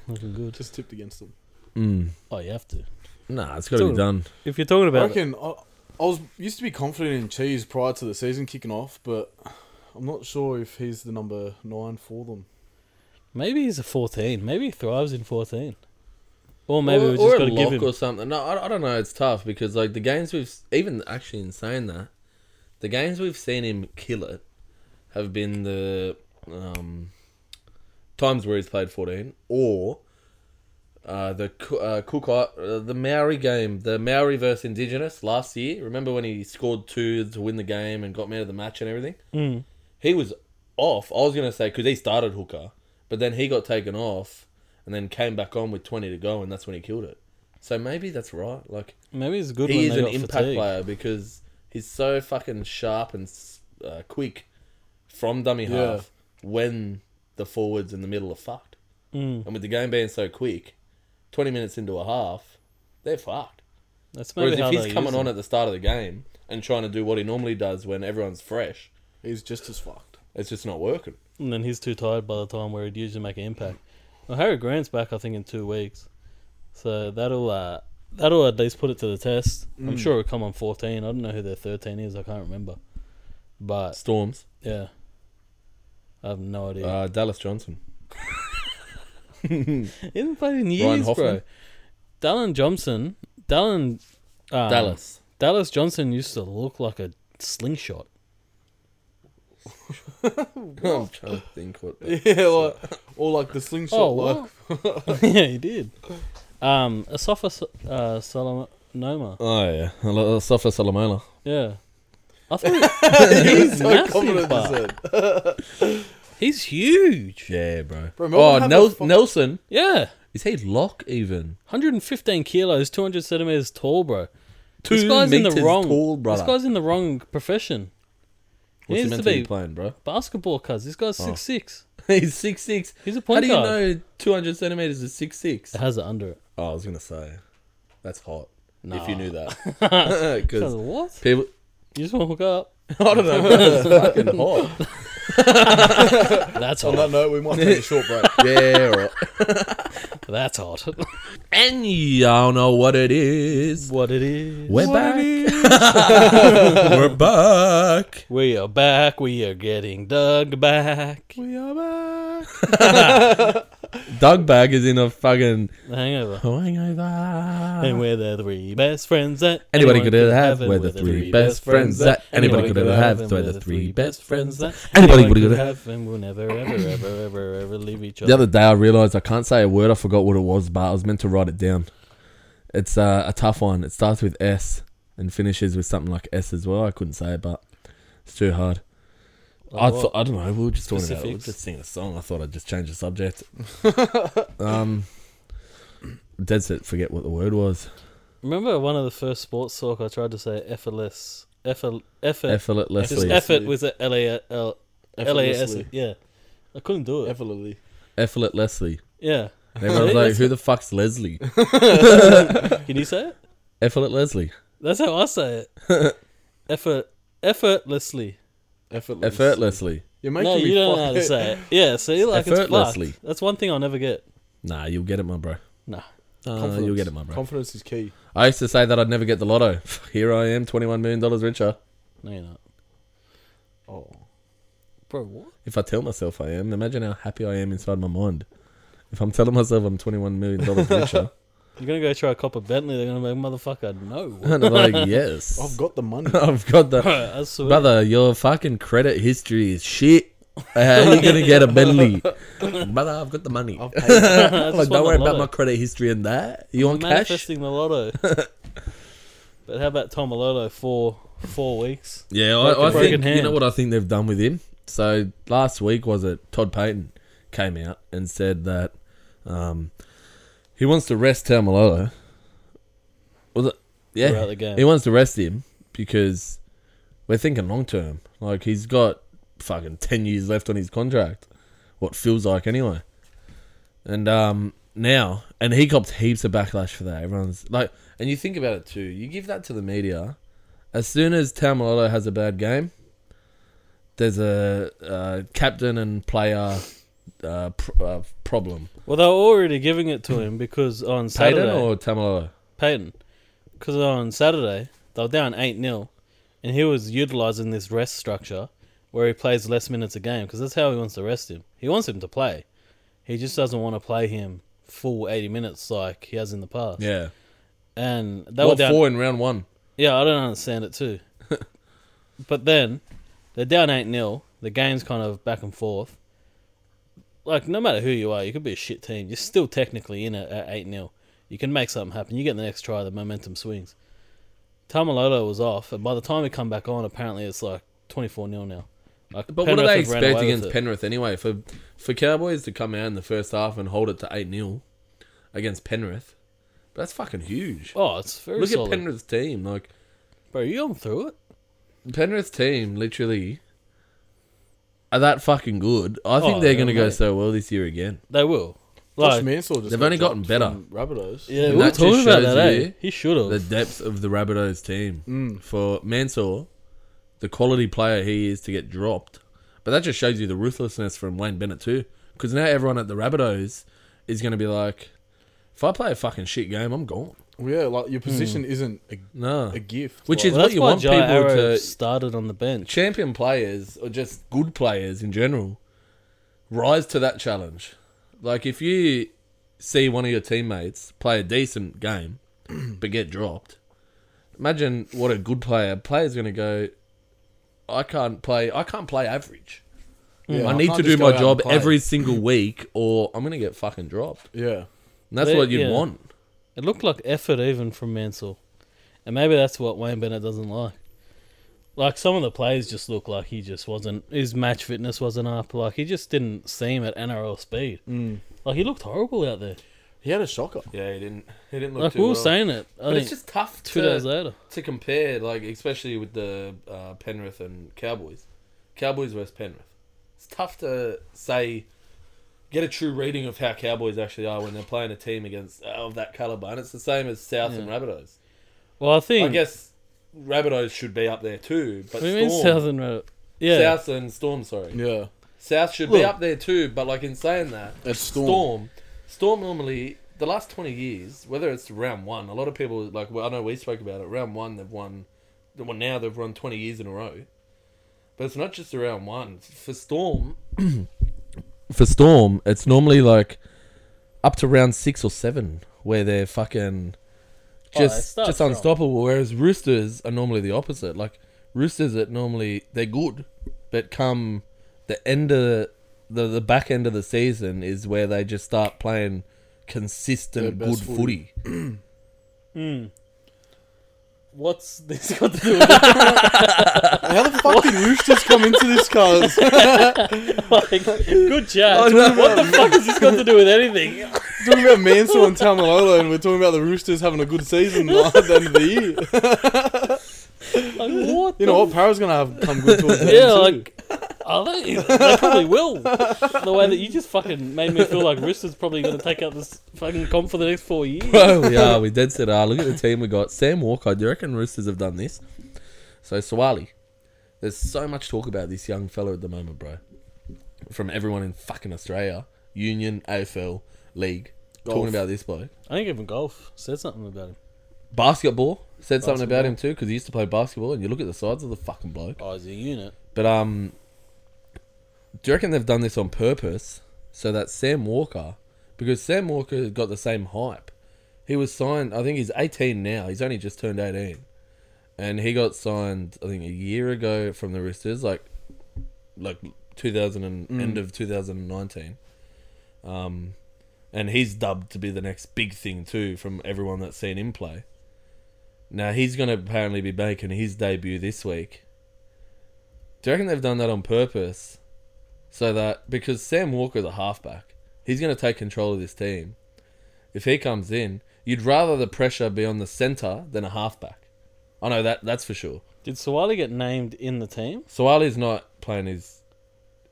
looking good.
Just tipped against them.
Mm.
Oh, you have to.
Nah, it's got to be
Dude.
done.
If you're talking
I
about,
reckon I, I was used to be confident in Cheese prior to the season kicking off, but I'm not sure if he's the number nine for them.
maybe he's a 14. Maybe he thrives in 14. Or maybe
or,
we
or
just
a
got to give
lock
him.
or something. No, I, I don't know. It's tough because like the games we've even actually in saying that, the games we've seen him kill it have been the um, times where he's played fourteen or uh, the Coo- uh, Cook I- uh, the Maori game, the Maori versus Indigenous last year. Remember when he scored two to win the game and got me out of the match and everything?
Mm.
He was off. I was gonna say because he started hooker, but then he got taken off and then came back on with twenty to go, and that's when he killed it. So maybe that's right. Like
Maybe he's good.
he
when
is
they
an
got
impact
fatigue.
player because he's so fucking sharp and s- uh, quick from dummy
Yeah.
half when the forwards in the middle are fucked.
Mm.
And with the game being so quick, twenty minutes into a half, they're fucked.
That's maybe
Whereas
how
if
they
he's coming
use
on
him.
at the start of the game and trying to do what he normally does when everyone's fresh,
He's just as fucked.
it's just not working.
and then he's too tired by the time where he'd usually make an impact. Well, Harry Grant's back, I think, in two weeks, so that'll uh, that'll at least put it to the test.
Mm.
I'm sure it'll come on 14. I don't know who their 13 is. I can't remember, but
Storms.
yeah, I have no idea.
Uh, Dallas Johnson.
he hasn't played in
Ryan
years,
Hoffman.
bro. Dallin Johnson, Dallin, um,
Dallas.
Dallas Johnson used to look like a slingshot.
I'm trying to think what. the-
Yeah, like, or like the slingshot.
Oh,
like,
what? yeah, he did. Um, Asafa S- uh, Solomoma.
Oh yeah, Sofa Salamola.
Yeah. I thought
he's so
massive,
confident.
but-
This head.
he's huge.
Yeah, bro.
Bro, Melbourne
oh,
have
Nel-
a fu-
Nelson.
Yeah.
Is he lock even?
115 kilos, 200 centimeters tall, bro.
Two
this guy's in the
meters
wrong.
tall, brother.
this guy's in the wrong profession.
What's he
needs
meant
to
to be
be-
playing, Oh. bro?
Basketball, cuz this guy's six six.
He's six six.
He's a
How
point
do you
guard.
know two hundred centimeters is six six?
It has it under it.
Oh, I was gonna say, that's hot. If
Nah.
you knew that,
Sounds
because
like, what?
people,
You just want to hook up?
I don't know, that's fucking hot.
That's
Oh,
On that
hot.
note, we might take a short break.
Yeah, right.
That's hot.
and y'all know what it is.
what it is?
We're
What
back.
it is.
We're back.
We are back. We are getting dug back.
We are back. Doug Bag is in a fucking
The hangover. And
hangover.
we're the three best friends that
Anybody
anyone
could ever have. We're the three best friends that anybody could ever have.
and
We're the three best friends that
anybody
anybody
could
could
ever
have.
have. And we'll never, ever, ever, ever, ever leave each
The
other.
other day, I realized I can't say a word. I forgot what it was, but I was meant to write it down. It's uh, a tough one. It starts with S and finishes with something like S as well. I couldn't say it, but it's too hard. I
Like what?
thought I don't know. We were just talking about. it. We were
Oh, Specifics?
just singing a song. I thought I'd just change the subject. um, dead set. Forget what the word was.
Remember one of the first sports talk I tried to say effortless. Effort. Effort. Just
Effortlessly.
Effortless.
effort with a L A L L A S.
Effortlessly.
Yeah. I couldn't do it.
Effortlessly.
Effortlessly.
Yeah.
And Everyone's
Yeah,
like, "Who the fuck's Leslie?"
Can you say it?
Effort Leslie.
That's how I say it. Effort. Effortlessly.
Effortless.
Effortlessly.
You're making
No,
me
you don't know how
fuck
to
it.
say it. Yeah, see, like it's
Effortlessly.
fucked. That's one thing I'll never get.
Nah, you'll get it, my bro.
Nah.
Uh,
Confidence.
you'll get it, my bro.
Confidence is key.
I used to say that I'd never get the lotto. Here I am, twenty-one million dollars richer.
No, you're not.
Oh.
Bro, what?
If I tell myself I am, imagine how happy I am inside my mind. If I'm telling myself I'm twenty-one million dollars richer,
You're gonna go try a cop at Bentley, they're gonna be like, motherfucker, no.
and I'm like, yes,
I've got the money.
I've got the
Bro, that's sweet.
brother. Your fucking credit history is shit. How are you gonna get a Bentley, brother? I've got the money.
I've paid.
I just
Like,
won
don't
the
worry about
lotto.
my credit history and that. You want cash?
manifesting the lotto. but how about Tom Alolo for four weeks?
Yeah,
Broken-
I, I
broken
think you know
hand.
what I think they've done with him. So last week was it Todd Payton came out and said that um, he wants to rest Tamalolo. Was it? Yeah,
Throughout the game.
he wants to rest him because we're thinking long term. Like he's got fucking ten years left on his contract. What feels like anyway. And um, now, and he copped heaps of backlash for that. Everyone's like, and you think about it too. You give that to the media. As soon as Tamalolo has a bad game, there's a uh, captain and player uh, pr- uh, problem.
Well, they were already giving it to him because on Saturday,
Payton or Tamalolo?
Peyton, because on Saturday they were down eight 0 and he was utilizing this rest structure where he plays less minutes a game because that's how he wants to rest him. He wants him to play. He just doesn't want to play him full eighty minutes like he has in the past.
Yeah.
and they
What
were down.
for in round one?
Yeah, I don't understand it too. but then they're down eight 0 The game's kind of back and forth. Like no matter who you are, you could be a shit team. You're still technically in it at eight 0 You can make something happen. You get the next try, the momentum swings. Tamalolo was off, and by the time he come back on, apparently it's like twenty four 0 now. Like,
But what do
Penrith
they
have ran
expect
away with
against
it.
Penrith anyway? For for Cowboys to come out in the first half and hold it to eight 0 against Penrith, that's fucking huge.
Oh, it's very
Look
solid.
at Penrith's team. Like
Bro, you gone through it?
Penrith's team, literally, are that fucking good. I think
Oh,
they're going to
yeah,
go
mate.
so well this year again.
They will.
Josh
Like,
Mansell just
they've
got
only gotten
dropped
better.
from Rabbitohs.
yeah,
And
we were
that just
talking about
shows
that.
you
eh? He should
The
have.
depth of the Rabbitohs team for Mansour, the quality player he is to get dropped, but that just shows you the ruthlessness from Wayne Bennett too. Because now everyone at the Rabbitohs is going to be like, if I play a fucking shit game, I'm gone.
Well, yeah, like your position
Hmm.
isn't a,
No,
a gift.
which
like,
is
Well,
what
that's
you
why
want
Jai
people
Arrow
to
started on the bench.
champion players or just good players in general rise to that challenge. Like if you see one of your teammates play a decent game but get dropped, imagine what a good player player's going to go. I can't play. I can't play average.
yeah,
I need
can't
to do
just go out
my
and
job
play.
every single week, or I'm going to get fucking dropped.
Yeah.
And that's
They-
what you'd
yeah.
want.
It looked like effort even from Mansell. And maybe that's what Wayne Bennett doesn't like. Like some of the plays just look like he just wasn't his match fitness wasn't up. Like he just didn't seem at NRL speed. Mm. Like he looked horrible out there.
He had a shocker.
Yeah, he didn't. He didn't
Like we were saying it. I
but
think
it's just tough.
two
to,
days later.
to compare, like especially with the uh, Penrith and Cowboys, Cowboys versus Penrith, it's tough to say get a true reading of how Cowboys actually are when they're playing a team against uh, of that caliber, and it's the same as South and Rabbitohs.
Well, I think
I guess Rabbitohs should be up there too, but
we
Storm,
mean South and Reddit. Yeah,
South and Storm, sorry,
Yeah,
South should be
Look.
up there too. But like in saying that,
it's storm.
Storm. Storm, normally the last twenty years, whether it's round one, a lot of people like well, I know we spoke about it. Round one, they've won. Well, now they've run twenty years in a row, but it's not just around one. For Storm, for Storm, it's normally like up to round six or seven where they're fucking
Oh, they
just
start
just
strong.
unstoppable. Whereas Roosters are normally the opposite. Like Roosters, it normally they're good, but come the end of the the back end of the season is where they just start playing consistent
Their
good
best
footy.
what's this got to do with it?
How the fuck did roosters come into this, cuz?
like, good chat? what the fuck has this got to do with anything?
talking about Mansell and Tamalolo, and we're talking about the roosters having a good season at the end of the year.
Like, what?
You know what? Para's gonna have come good towards the
Yeah,
end too.
like, are they? They probably will. The way that you just fucking made me feel like Roosters probably going to take out this fucking comp for the next four years.
Bro, we are. We dead set are. Look at the team we got. Sam Walker. Do you reckon Roosters have done this? So Swali, there's so much talk about this young fella at the moment, bro. From everyone in fucking Australia, Union, AFL, League,
Golf.
talking about this bloke.
I think even golf said something about him.
Basketball said something about him too because he used to play basketball, and you look at the sides of the fucking bloke.
Oh, he's a unit.
But um, do you reckon they've done this on purpose so that Sam Walker, because Sam Walker got the same hype. He was signed. I think he's 18 now. He's only just turned 18, and he got signed. I think a year ago from the Roosters, like like 2000 and end of 2019. Um, and he's dubbed to be the next big thing too from everyone that's seen him play. Now he's going to apparently be making his debut this week. Do you reckon they've done that on purpose? So that because Sam Walker's a halfback, he's going to take control of this team. If he comes in, you'd rather the pressure be on the center than a halfback. I know that that's for sure.
Did Sawali get named in the team?
Soali's not playing his.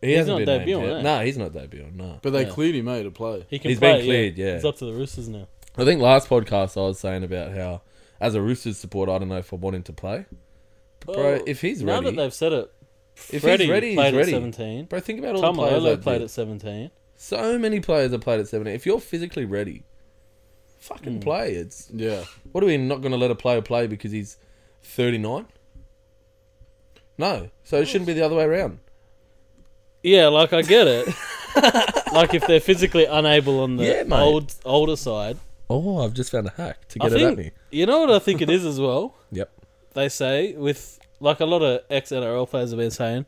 He
He's
hasn't
not
been
debuting,
named yet.
eh?
No, he's not debuting. No.
But they
Yeah.
clearly made a play.
He can
He's
play.
been cleared, yeah.
It's up to the Roosters now.
I think last podcast I was saying about how, as a Roosters supporter, I don't know if I want him to play. But bro,
Well,
if he's
now that
ready,
they've said it,
he's
Freddie
ready, he's
played
ready.
at 17.
bro, think about all the players
Tamalolo
that
played
played
at 17.
So many players have played at seventeen. If you're physically ready, fucking play. It's
Yeah.
what are we not going to let a player play because he's thirty nine? No, so it shouldn't be the other way around.
Yeah, like I get it. like if they're physically unable on the
Yeah, mate.
old older side,
Oh, I've just found a hack to
I
get it at
think
me.
you know what I think it is as well.
Yep.
They say with like a lot of ex NRL players have been saying,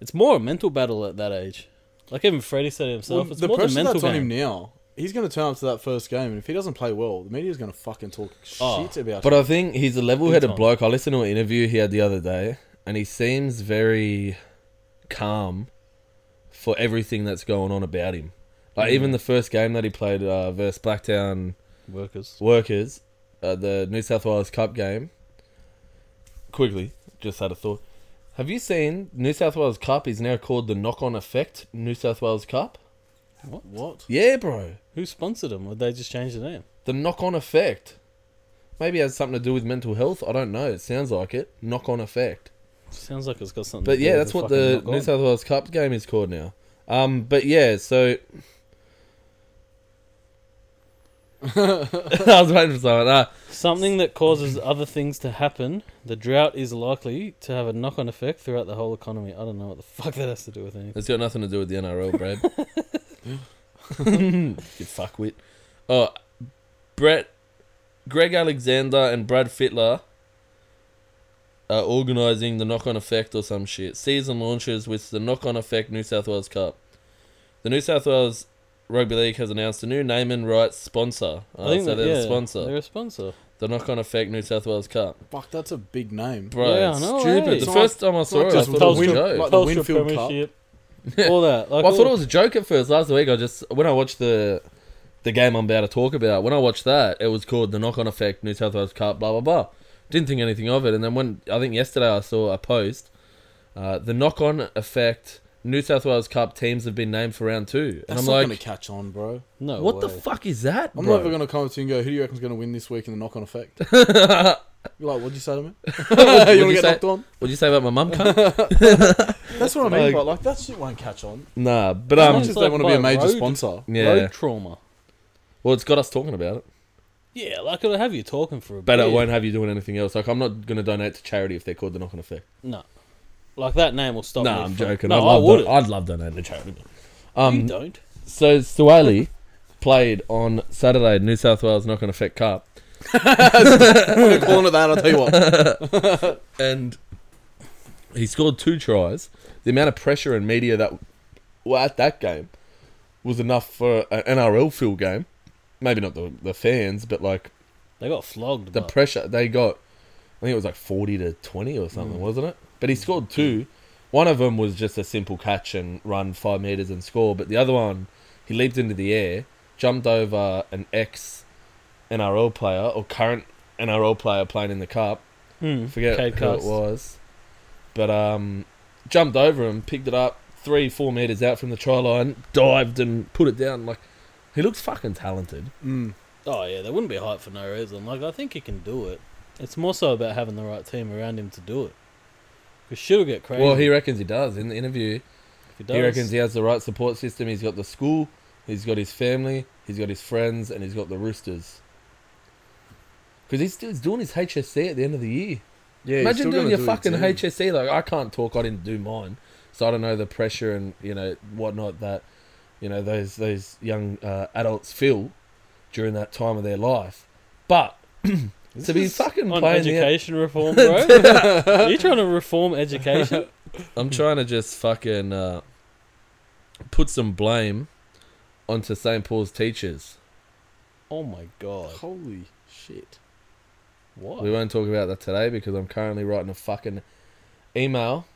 it's more a mental battle at that age. Like even Freddie said himself,
Well,
it's
the
more the
pressure
mental
that's on him
game.
now, he's going to turn up to that first game, and if he doesn't play well, the media's going to fucking talk
Oh,
shit about
But
him.
I think he's a level-headed
Big time.
bloke. I listened to an interview he had the other day, and he seems very calm for everything that's going on about him. Like even the first game that he played uh, versus Blacktown
Workers.
workers, uh, the New South Wales Cup game. Quickly, just had a thought. Have you seen New South Wales Cup is now called the Knock On Effect New South Wales Cup?
what?
Yeah, bro,
Who sponsored him? Or they just changed the name?
the Knock On Effect. Maybe it has something to do with mental health. I don't know. It sounds like it. Knock On Effect.
Sounds like it's got something.
But
to
yeah,
do
that's
with
what
fucking
the
knock
New
on.
South Wales Cup game is called now. Um, but yeah, so I was waiting for someone. Uh,
Something that causes other things to happen. The drought is likely to have a knock on effect throughout the whole economy. I don't know what the fuck that has to do with anything.
it's got nothing to do with the NRL, Brad. you fuckwit. Oh, Brett, Greg Alexander, and Brad Fittler are organising the Knock On Effect or some shit. Season launches with the Knock On Effect New South Wales Cup. The New South Wales Rugby League has announced a new name and rights sponsor. Uh, so
that-
they're the
yeah,
sponsor.
They're a sponsor.
The Knock On Effect New South Wales Cup.
Fuck, that's a big name.
Bro,
Yeah,
it's
no
stupid.
way.
The
It's
first time I saw
not
it, I
just
thought it was a
win-
joke.
like- the
Culture,
Winfield Cup.
Premiership, all that. Like,
Well, I thought it
all-
was a joke at first. Last week, I just when I watched the the game I'm about to talk about, when I watched that, it was called the Knock On Effect New South Wales Cup. Blah blah blah. Didn't think anything of it, and then when I think yesterday I saw a post, uh, the Knock On Effect New South Wales Cup teams have been named for round two, and
That's
I'm
not
like,
gonna catch on, bro.
No
what
way.
the fuck is that,
I'm
bro?
never gonna come up to you and go, "Who do you reckon's gonna win this week?" in the knock-on effect. You're like, "What'd you say to me? you
you
wanna get
say?
knocked on?"
What'd you say about my mum? cunt?
That's what I mean.
Like-
by like that shit won't catch on.
nah, but
As
um,
much as
It's
they
like
want to be a
by
major
road.
sponsor,
yeah.
Road trauma.
Well, it's got us talking about it,
Yeah, like it'll have you talking for a
but
bit.
it won't have you doing anything else. Like, I'm not gonna donate to charity if they're called the Knock on Effect.
No. Like that name will stop
nah,
me
I'm
from-
joking.
No,
I'd
I
love
wouldn't.
don- I'd love donating to charity.
you
Um,
don't.
so Suwali played on Saturday New South Wales Knock on Effect Cup,
We're calling it that. I'll tell you what.
and he scored two tries. The amount of pressure and media that were at that game was enough for an NRL field game. Maybe not the the fans, but like
They got flogged.
the
but
pressure they got. I think it was like forty to twenty or
Mm.
something, wasn't it? But he scored two. One of them was just a simple catch and run five meters and score, but the other one he leaped into the air, jumped over an ex NRL player or current NRL player playing in the cup.
Hmm,
Forget
Cade
who it
Cast.
was, but um, jumped over him, picked it up three, four meters out from the try line, dived and put it down. Like he looks fucking talented.
Mm.
Oh yeah, they wouldn't be hyped for no reason. Like I think he can do it. It's more so about having the right team around him to do it. Because shit'll get crazy.
Well, he reckons he does in the interview.
if he,
He
does.
reckons he has the right support system. He's got the school, he's got his family, he's got his friends, and he's got the Roosters. Because he's still he's doing his HSC at the end of the year.
Yeah, he's
Imagine
still
doing
gonna
your
do it
fucking
too.
HSC. Like I can't talk. I didn't do mine, so I don't know the pressure and you know whatnot that you know those those young uh, adults feel during that time of their life. But to be
is
fucking
on
playing, the,
education reform, bro. Are you trying to reform education?
I'm trying to just fucking uh, put some blame onto St. Paul's teachers.
Oh my god.
Holy shit!
What?
We won't talk about that today because I'm currently writing a fucking email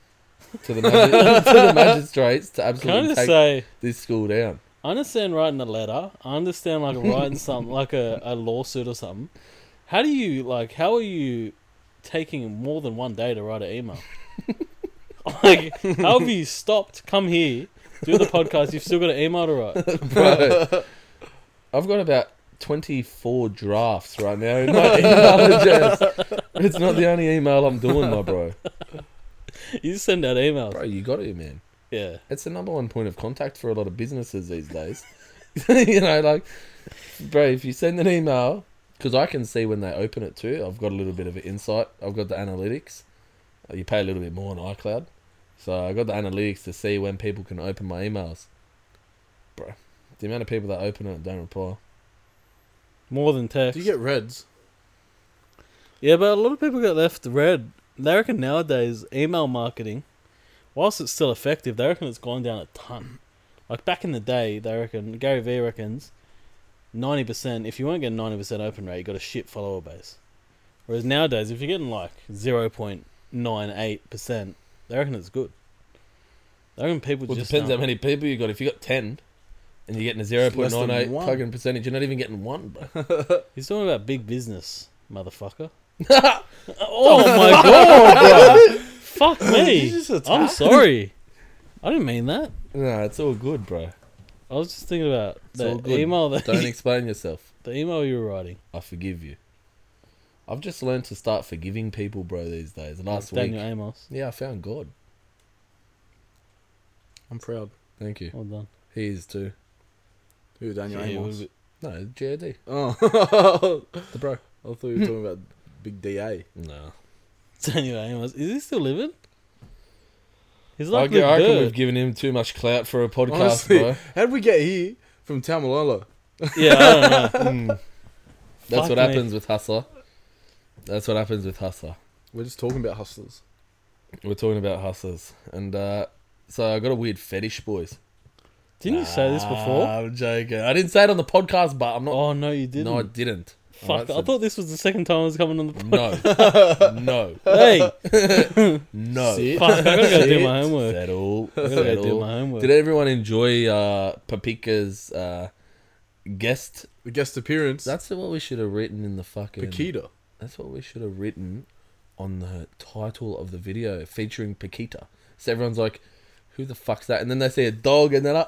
to the, magis- to the magistrates to
Can I
absolutely
just
take
say
this school down.
I understand writing a letter. I understand like writing something like a, a lawsuit or something. How do you like how are you taking more than one day to write an email? like how have you stopped, come here, do the podcast, you've still got an email to write.
Bro, I've got about 24 drafts right now in my email address. It's not the only email I'm doing, my bro.
You just send out emails.
Bro, you got to, man.
Yeah.
It's the number one point of contact for a lot of businesses these days. you know, like, bro, if you send an email, because I can see when they open it too. I've got a little bit of an insight. I've got the analytics. Uh, You pay a little bit more on iCloud, so I got the analytics to see when people can open my emails. Bro, the amount of people that open it and don't reply.
More than text.
Do you get reds?
yeah, but a lot of people get left red. They reckon nowadays email marketing, whilst it's still effective, they reckon it's gone down a ton. Like back in the day, they reckon Gary Vee reckons ninety percent. If you weren't getting ninety percent open rate, you got a shit follower base. Whereas nowadays, if you're getting like zero point nine eight percent, they reckon it's good. They reckon people
Well, it
just
depends how
aren't-
many people you got. If you got ten, and you're getting a zero point
less than
nine eight
one.
fucking percentage, you're not even getting one, bro.
He's talking about big business, motherfucker. oh my god, bro. Fuck
you
me.
just attack?
I'm sorry. I didn't mean that.
no, it's all good, bro.
I was just thinking about
all
the
good.
email that
Don't explain yourself.
the email you were writing.
I forgive you. I've just learned to start forgiving people, bro. These days, last
Daniel
week,
Amos.
yeah, I found God.
I'm proud.
Thank you.
Well done.
He is too.
Who Daniel
Yeah, it
Amos?
was a bit-
No, JD,
Oh,
the bro.
I thought you were talking about Big DA.
No,
Daniel Amos. Is he still living? He's
I,
like
g-
Luke
I reckon we've
Bird.
given him too much clout for a podcast,
Honestly,
bro.
how did we get here from Tamalolo?
Yeah, I don't know.
That's
Fuck
what
me.
happens with hustler. That's what happens with hustler.
We're just talking about hustlers.
We're talking about hustlers, and uh, so I got a weird fetish, boys.
Didn't you say this before?
Ah, I'm joking. I didn't say it on the podcast, but I'm not.
Oh no, you didn't.
no, I didn't.
Fuck!
Alright,
I thought this was the second time I was coming on the. Po-
so- no, no,
hey,
no.
Sit.
fuck! I gotta go do
Shit.
my homework.
Settle,
I gotta go do my
settle.
homework.
Did everyone enjoy uh, Papika's uh, guest?
The guest appearance.
That's what we should have written in the fucking.
Paquita.
That's what we should have written on the title of the video featuring Paquita. So everyone's like, who the fuck's that? And then they see a dog, and then I,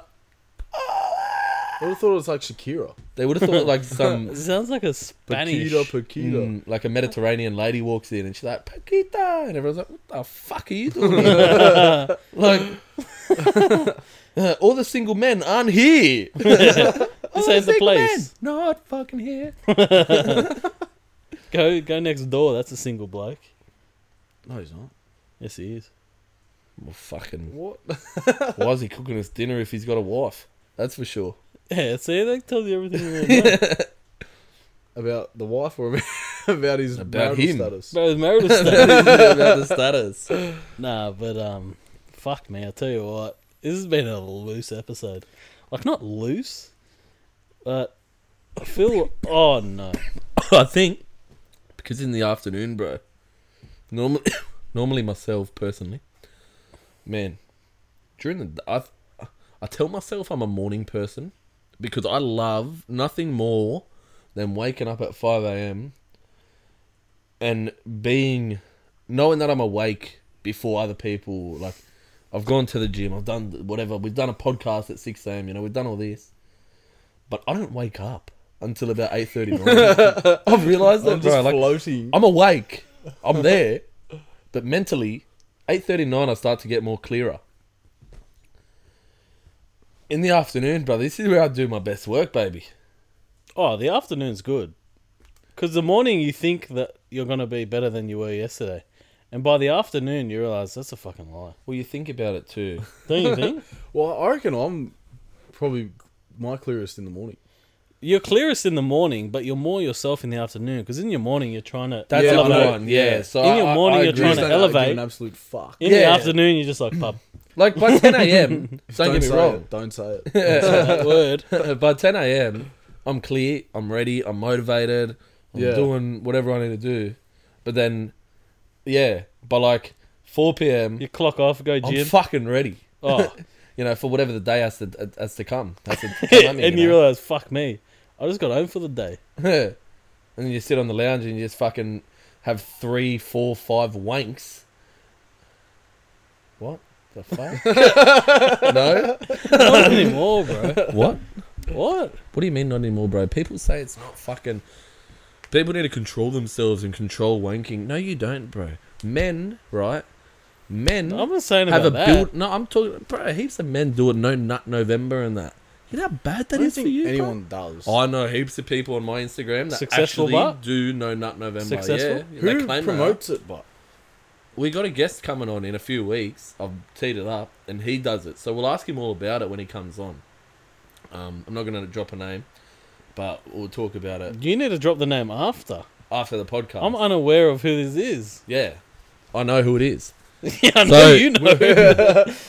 I would have thought it was like Shakira.
they would have thought like some
It sounds like a Spanish.
Paquita, Paquita.
mm, like a Mediterranean lady walks in, and she's like Paquita, and everyone's like, what the fuck are you doing? here?" like. uh, all the single men aren't here.
This
Oh,
ain't the place.
Not fucking here.
Go go next door. That's a single bloke.
No, he's not.
Yes, he is.
Well, fucking.
What?
Why is he cooking us dinner if he's got a wife? That's for sure.
Yeah, see, that tells you everything you want to know.
about the wife or about his
About
marital
him.
status?
Bro, his marital status.
about the status.
nah, but um, fuck me. I tell you what, this has been a loose episode. Like not loose, but I feel. Oh no,
I think because in the afternoon, bro. Normally, normally myself personally, man. During the d- I, I tell myself I'm a morning person because I love nothing more than waking up at five a.m. and being knowing that I'm awake before other people. Like I've gone to the gym, I've done whatever. We've done a podcast at six a.m. You know, we've done all this, but I don't wake up until about eight thirty. I've realised that,
I'm just
bro. Like
floating.
I'm awake. I'm there. but mentally, 8.39, I start to get more clearer. In the afternoon, brother, this is where I do my best work, baby.
oh the afternoon's good, because the morning you think that you're gonna be better than you were yesterday, and by the afternoon you realize that's a fucking lie.
Well, you think about it too.
Don't you think?
Well, I reckon I'm probably my clearest in the morning.
You're clearest in the morning, but you're more yourself in the afternoon. Because in your morning, you're trying to.
That's
Yeah,
another
I know.
one. Yeah.
Yeah.
So
In
I-
your
I-
morning,
I
you're
agree.
trying
Just
to
don't give
elevate.
an absolute fuck.
in the
Yeah.
afternoon, you're just like pub.
like by 10 a.m. don't get me
say
wrong.
It. Don't say it.
that word.
by 10 a.m., I'm clear, I'm ready, I'm motivated, I'm
Yeah.
doing whatever I need to do. But then, yeah, by like 4 p.m.,
You clock off, go
I'm
gym.
fucking ready.
oh,
you know, for whatever the day has to has to come, has to come at me,
and you
you know?
realize, fuck me, I just got home for the day.
and then you sit on the lounge and you just fucking have three, four, five wanks. What the fuck? no,
Not anymore, bro.
what?
What?
What do you mean not anymore, bro? People say it's not fucking. People need to control themselves and control wanking. No, you don't, bro. Men, right? Men
I'm not saying about
have a
that.
build. No, I'm talking, bro. Heaps of men do it. No nut November and that. You know how bad
I
that
don't
is for
think
you. Oh, bro?
anyone does.
I know heaps of people on my Instagram that
Successful
actually
butt?
do No Nut November.
Successful?
Yeah, they
Who
claim they are.
promotes it? But
We got a guest coming on in a few weeks. I've teed it up, and he does it. So we'll ask him all about it when he comes on. Um, I'm not going to drop a name, but we'll talk about it
You need to drop the name after.
after the podcast.
I'm unaware of who this is.
yeah, I know who it is.
yeah, I know
So-
you know.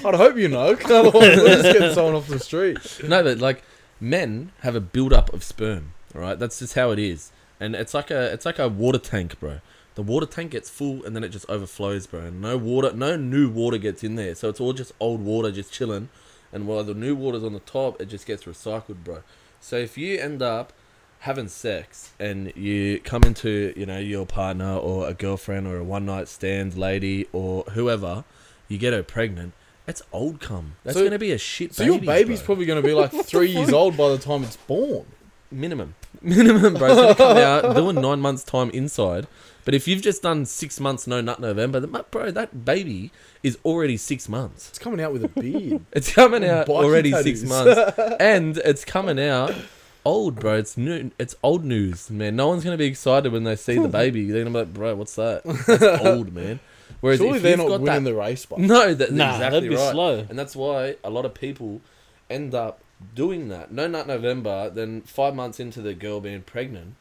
I'd hope you know. 'cause Otherwise, we're just getting someone off the street.
No, but like men have a build-up of sperm. All right, that's just how it is, and it's like a it's like a water tank, bro. The water tank gets full, and then it just overflows, bro. And no water, no new water gets in there, so it's all just old water just chilling. And while the new water's on the top, it just gets recycled, bro. So if you end up having sex and you come into you know your partner or a girlfriend or a one night stand lady or whoever, you get her pregnant. That's old cum. That's
So-
gonna be a shit.
So your baby's
bro.
probably going to be like three years old by the time it's born.
Minimum. Minimum, bro. It's gonna come out doing nine months time inside. But if you've just done six months no nut November, then, mu- bro, that baby is already six months.
It's coming out with a beard.
It's coming out
Bikey
already
tattoos.
six months, and it's coming out old, bro. It's new. It's old news, man. No one's gonna be excited when they see
Hmm.
the baby. They're gonna be like, bro, what's that? That's old, man. Whereas
Surely
if
they're
you've
not
got
winning
that
the race, but
no, that's
Nah,
exactly
that'd be
right.
slow.
And that's why a lot of people end up doing that. No Nut November, then five months into the girl being pregnant,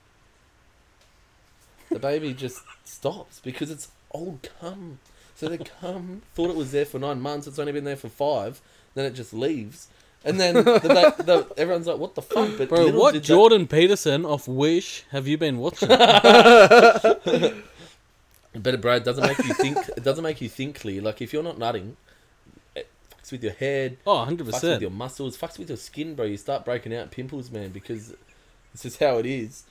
the baby just stops because it's old cum. So the cum thought it was there for nine months, it's only been there for five, then it just leaves. And then the, ba- the, everyone's like, what the fuck? But
Bro,
little
what
did that-
Jordan Peterson off Wish have you been watching? Oh,
But it, bro, it doesn't make you think. It doesn't make you think clear. Like if you're not nutting, it fucks with your head.
Oh, 100%.
fucks with your muscles, fucks with your skin, bro. You start breaking out pimples, man, because this is how it is.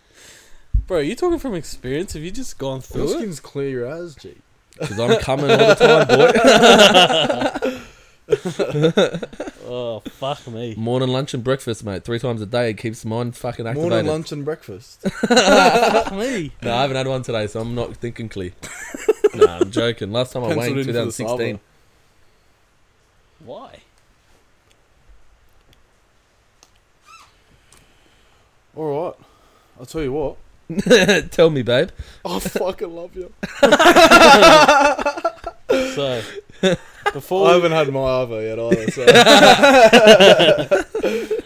Bro, you talking from experience? Have you just gone
your
through it?
skin's clear as G.
Because I'm coming all the time, boy.
Oh fuck me.
Morning, lunch, and breakfast, mate. Three times a day. It keeps mine fucking activated.
Morning, lunch, and breakfast.
fuck me.
No, I haven't had one today, so I'm not thinking clear. no, I'm joking. Last time I
Penciled
weighed
in for the
2016.
Saba.
Why?
All right. I'll tell you what.
Tell me, babe.
I fucking love you.
So
I
before
haven't had my Arvo yet either,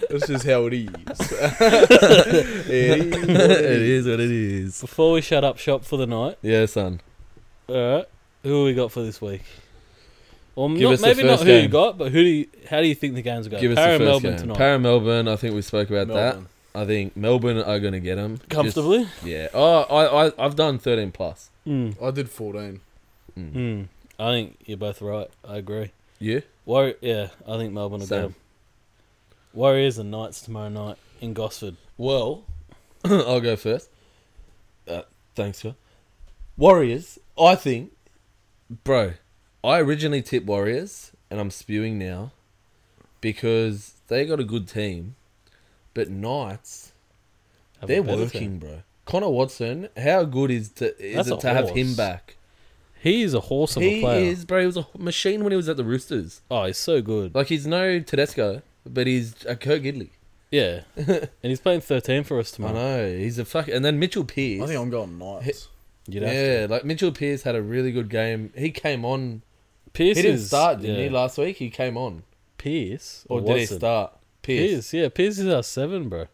so. This is how it is. it is.
it is what it is.
before we shut up shop for the night,
Yeah, son.
all right, who have we got for this week? Well,
Give
not,
us the
maybe not
first
who you
game.
got, but who do you, how do you think the games will go?
Give us
Parra
the first
Melbourne
game.
tonight,
Parra Melbourne. I think we spoke about
Melbourne.
that. I think Melbourne are going to get them
comfortably.
yeah. Oh, I, I I've done 13 plus.
Mm.
I did 14.
Mm.
Mm. I think you're both right. I agree.
You?
War- yeah, I think Melbourne will
Same.
get 'em. Warriors and Knights tomorrow night in Gosford.
Well, I'll go first. Uh, thanks, sir. Warriors, I think. Bro, I originally tipped Warriors, and I'm spewing now because they got a good team, but Knights,
Have a
they're
better
working,
team.
bro. Connor Watson, how good is to is
That's a
it to have him
horse
back?
He is a horse of a
He
player.
is, bro. He was a machine when he was at the Roosters.
Oh, he's so good.
Like he's no Tedesco, but he's a Kirk Gidley.
Yeah, and he's playing 13 for us
I
tomorrow.
know he's a fuck. And then Mitchell Pearce.
I think I'm going nights.
You know,
yeah, like Mitchell Pearce had a really good game. He came on.
Pierce
he didn't
is,
start, didn't
yeah.
he? Last week he came on,
Pierce
or did he
Watson?
start? Pearce.
Pierce. yeah, Pierce is our seven, bro.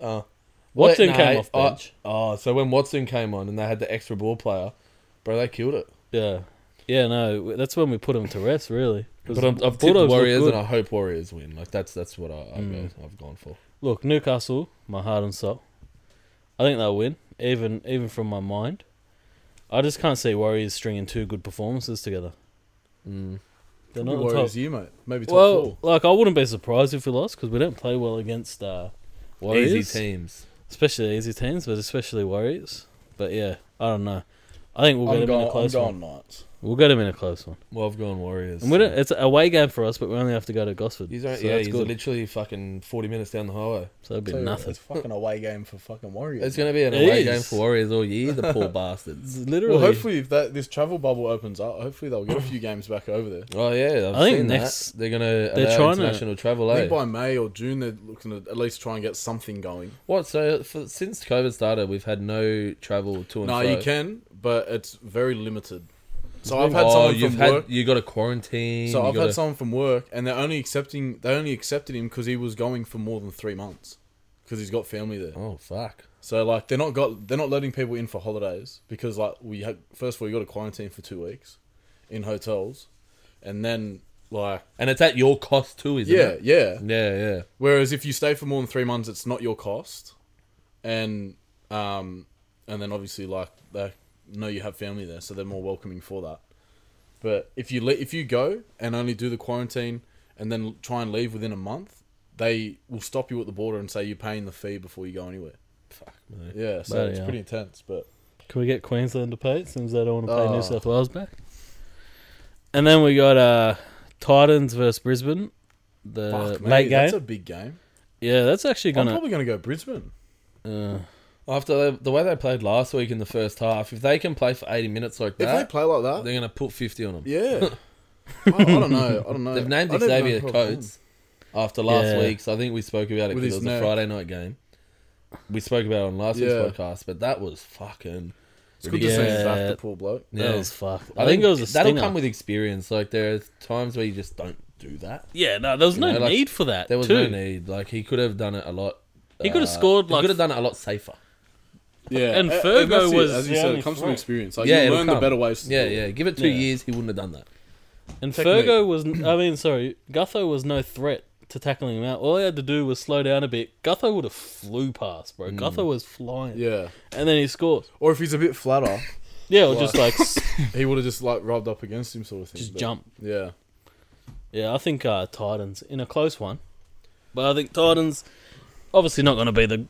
Oh.
Watson
Wait, no,
came off
oh,
bench.
Oh, so when Watson came on and they had the extra ball player, bro, they killed it.
Yeah, yeah, no, that's when we put him to rest, really. 'Cause
But I'm, I've tipped
Bulldogs look
Warriors
good.
and I hope Warriors win. Like that's that's what I, I've,
Mm.
I've gone for.
Look, Newcastle, my heart and soul. I think they'll win, even even from my mind. I just can't see Warriors stringing two good performances together.
Mm.
They're not
Could be
the top.
Warriors you, mate. Maybe top
Well,
four.
like I wouldn't be surprised if we lost because we don't play well against uh, Warriors,
Easy teams.
especially the easy teams, but especially Warriors. But yeah, I don't know. I think we'll get him in
I'm
a
going, I'm
close one.
going nights.
We'll get him in a close one.
Well, I've gone Warriors.
And we don't, it's a away game for us, but we only have to go to Gosford.
He's right,
so
yeah,
that's
he's
good.
literally fucking forty minutes down the highway.
so it'd be
Tell you what,
nothing.
It's fucking away game for fucking Warriors.
It's gonna be an
It
away
is.
game for Warriors all year. The poor bastards.
Literally.
Well, hopefully, if that this travel bubble opens up, hopefully they'll get a few games back over there.
Oh yeah, I've
I think
seen
next-
that. They're gonna
they're
allow
trying to-
international travel.
I
Eh?
think by May or June they're looking to at least try and get something going.
What? So for, since COVID started, we've had no travel to and
No,
fro.
you can, but it's very limited. So
Oh,
I've had someone
you've
from
had
work.
you got a quarantine.
So
you
I've
gotta-
had someone from work, and they're only accepting. They only accepted him because he was going for more than three months, because he's got family there.
Oh fuck!
So like they're not got they're not letting people in for holidays because like we had first of all you got to quarantine for two weeks, in hotels, and then like
And it's at your cost too, isn't
yeah
it?
yeah
Yeah, yeah.
Whereas if you stay for more than three months, it's not your cost, and um, and then obviously like they know you have family there, so they're more welcoming for that. But if you le- if you go and only do the quarantine and then l- try and leave within a month, they will stop you at the border and say you're paying the fee before you go anywhere.
Fuck no.
Yeah, so
Bloody
it's
hell.
pretty intense. But
Can we get Queensland to pay it since they don't want to pay
Oh.
New South Wales back? And then we got uh, Titans versus Brisbane, the
Uh,
fuck, mate,
late game.
that's a big game.
yeah, that's actually
I'm
gonna.
probably gonna go Brisbane.
uh,
After the, the way they played last week in the first half, if they can play for eighty minutes like
If they
that,
play like that,
they are gonna put fifty on them.
yeah. I, I don't know. I don't know.
They've named
I don't even know
Xavier
who I've gone.
Coates after last
Yeah.
week's. I think we spoke about it
With
because it
his
was a
neck.
Friday night game. We spoke about it on last
Yeah.
week's podcast, but that was fucking.
It's good to see he's
Yeah.
back, the poor bloke.
Yeah.
That was fucked.
I, think,
it was a
that'll
stinger.
come with experience. Like there are times where you just don't do that.
yeah, no, there was
you
no
know, like,
need for that.
There was
too.
no need. Like he could have done it a lot.
He could have scored, like-
He could have done it a lot safer.
Yeah,
And
a-
Fergo
that's it,
was
as you
the
said,
only
it uh, comes from
threat.
experience. Like
yeah,
you
it'll
learn the
come.
better ways. To
Yeah,
do
yeah.
it.
Give it two
Yeah.
years, he wouldn't have done that.
And
Technique.
Fergo was, I mean, sorry, Gutho was no threat to tackling him out. All he had to do was slow down a bit. Gutho would have flew past,
Mm.
bro. Gutho was flying.
yeah.
And then he scored.
Or if he's a bit flatter,
Yeah, or just like, s-
he would have just like rubbed up against him, sort of thing.
just
but-
jump.
Yeah,
Yeah, I think uh, Titans in a close one. But I think Titans, obviously not going to be the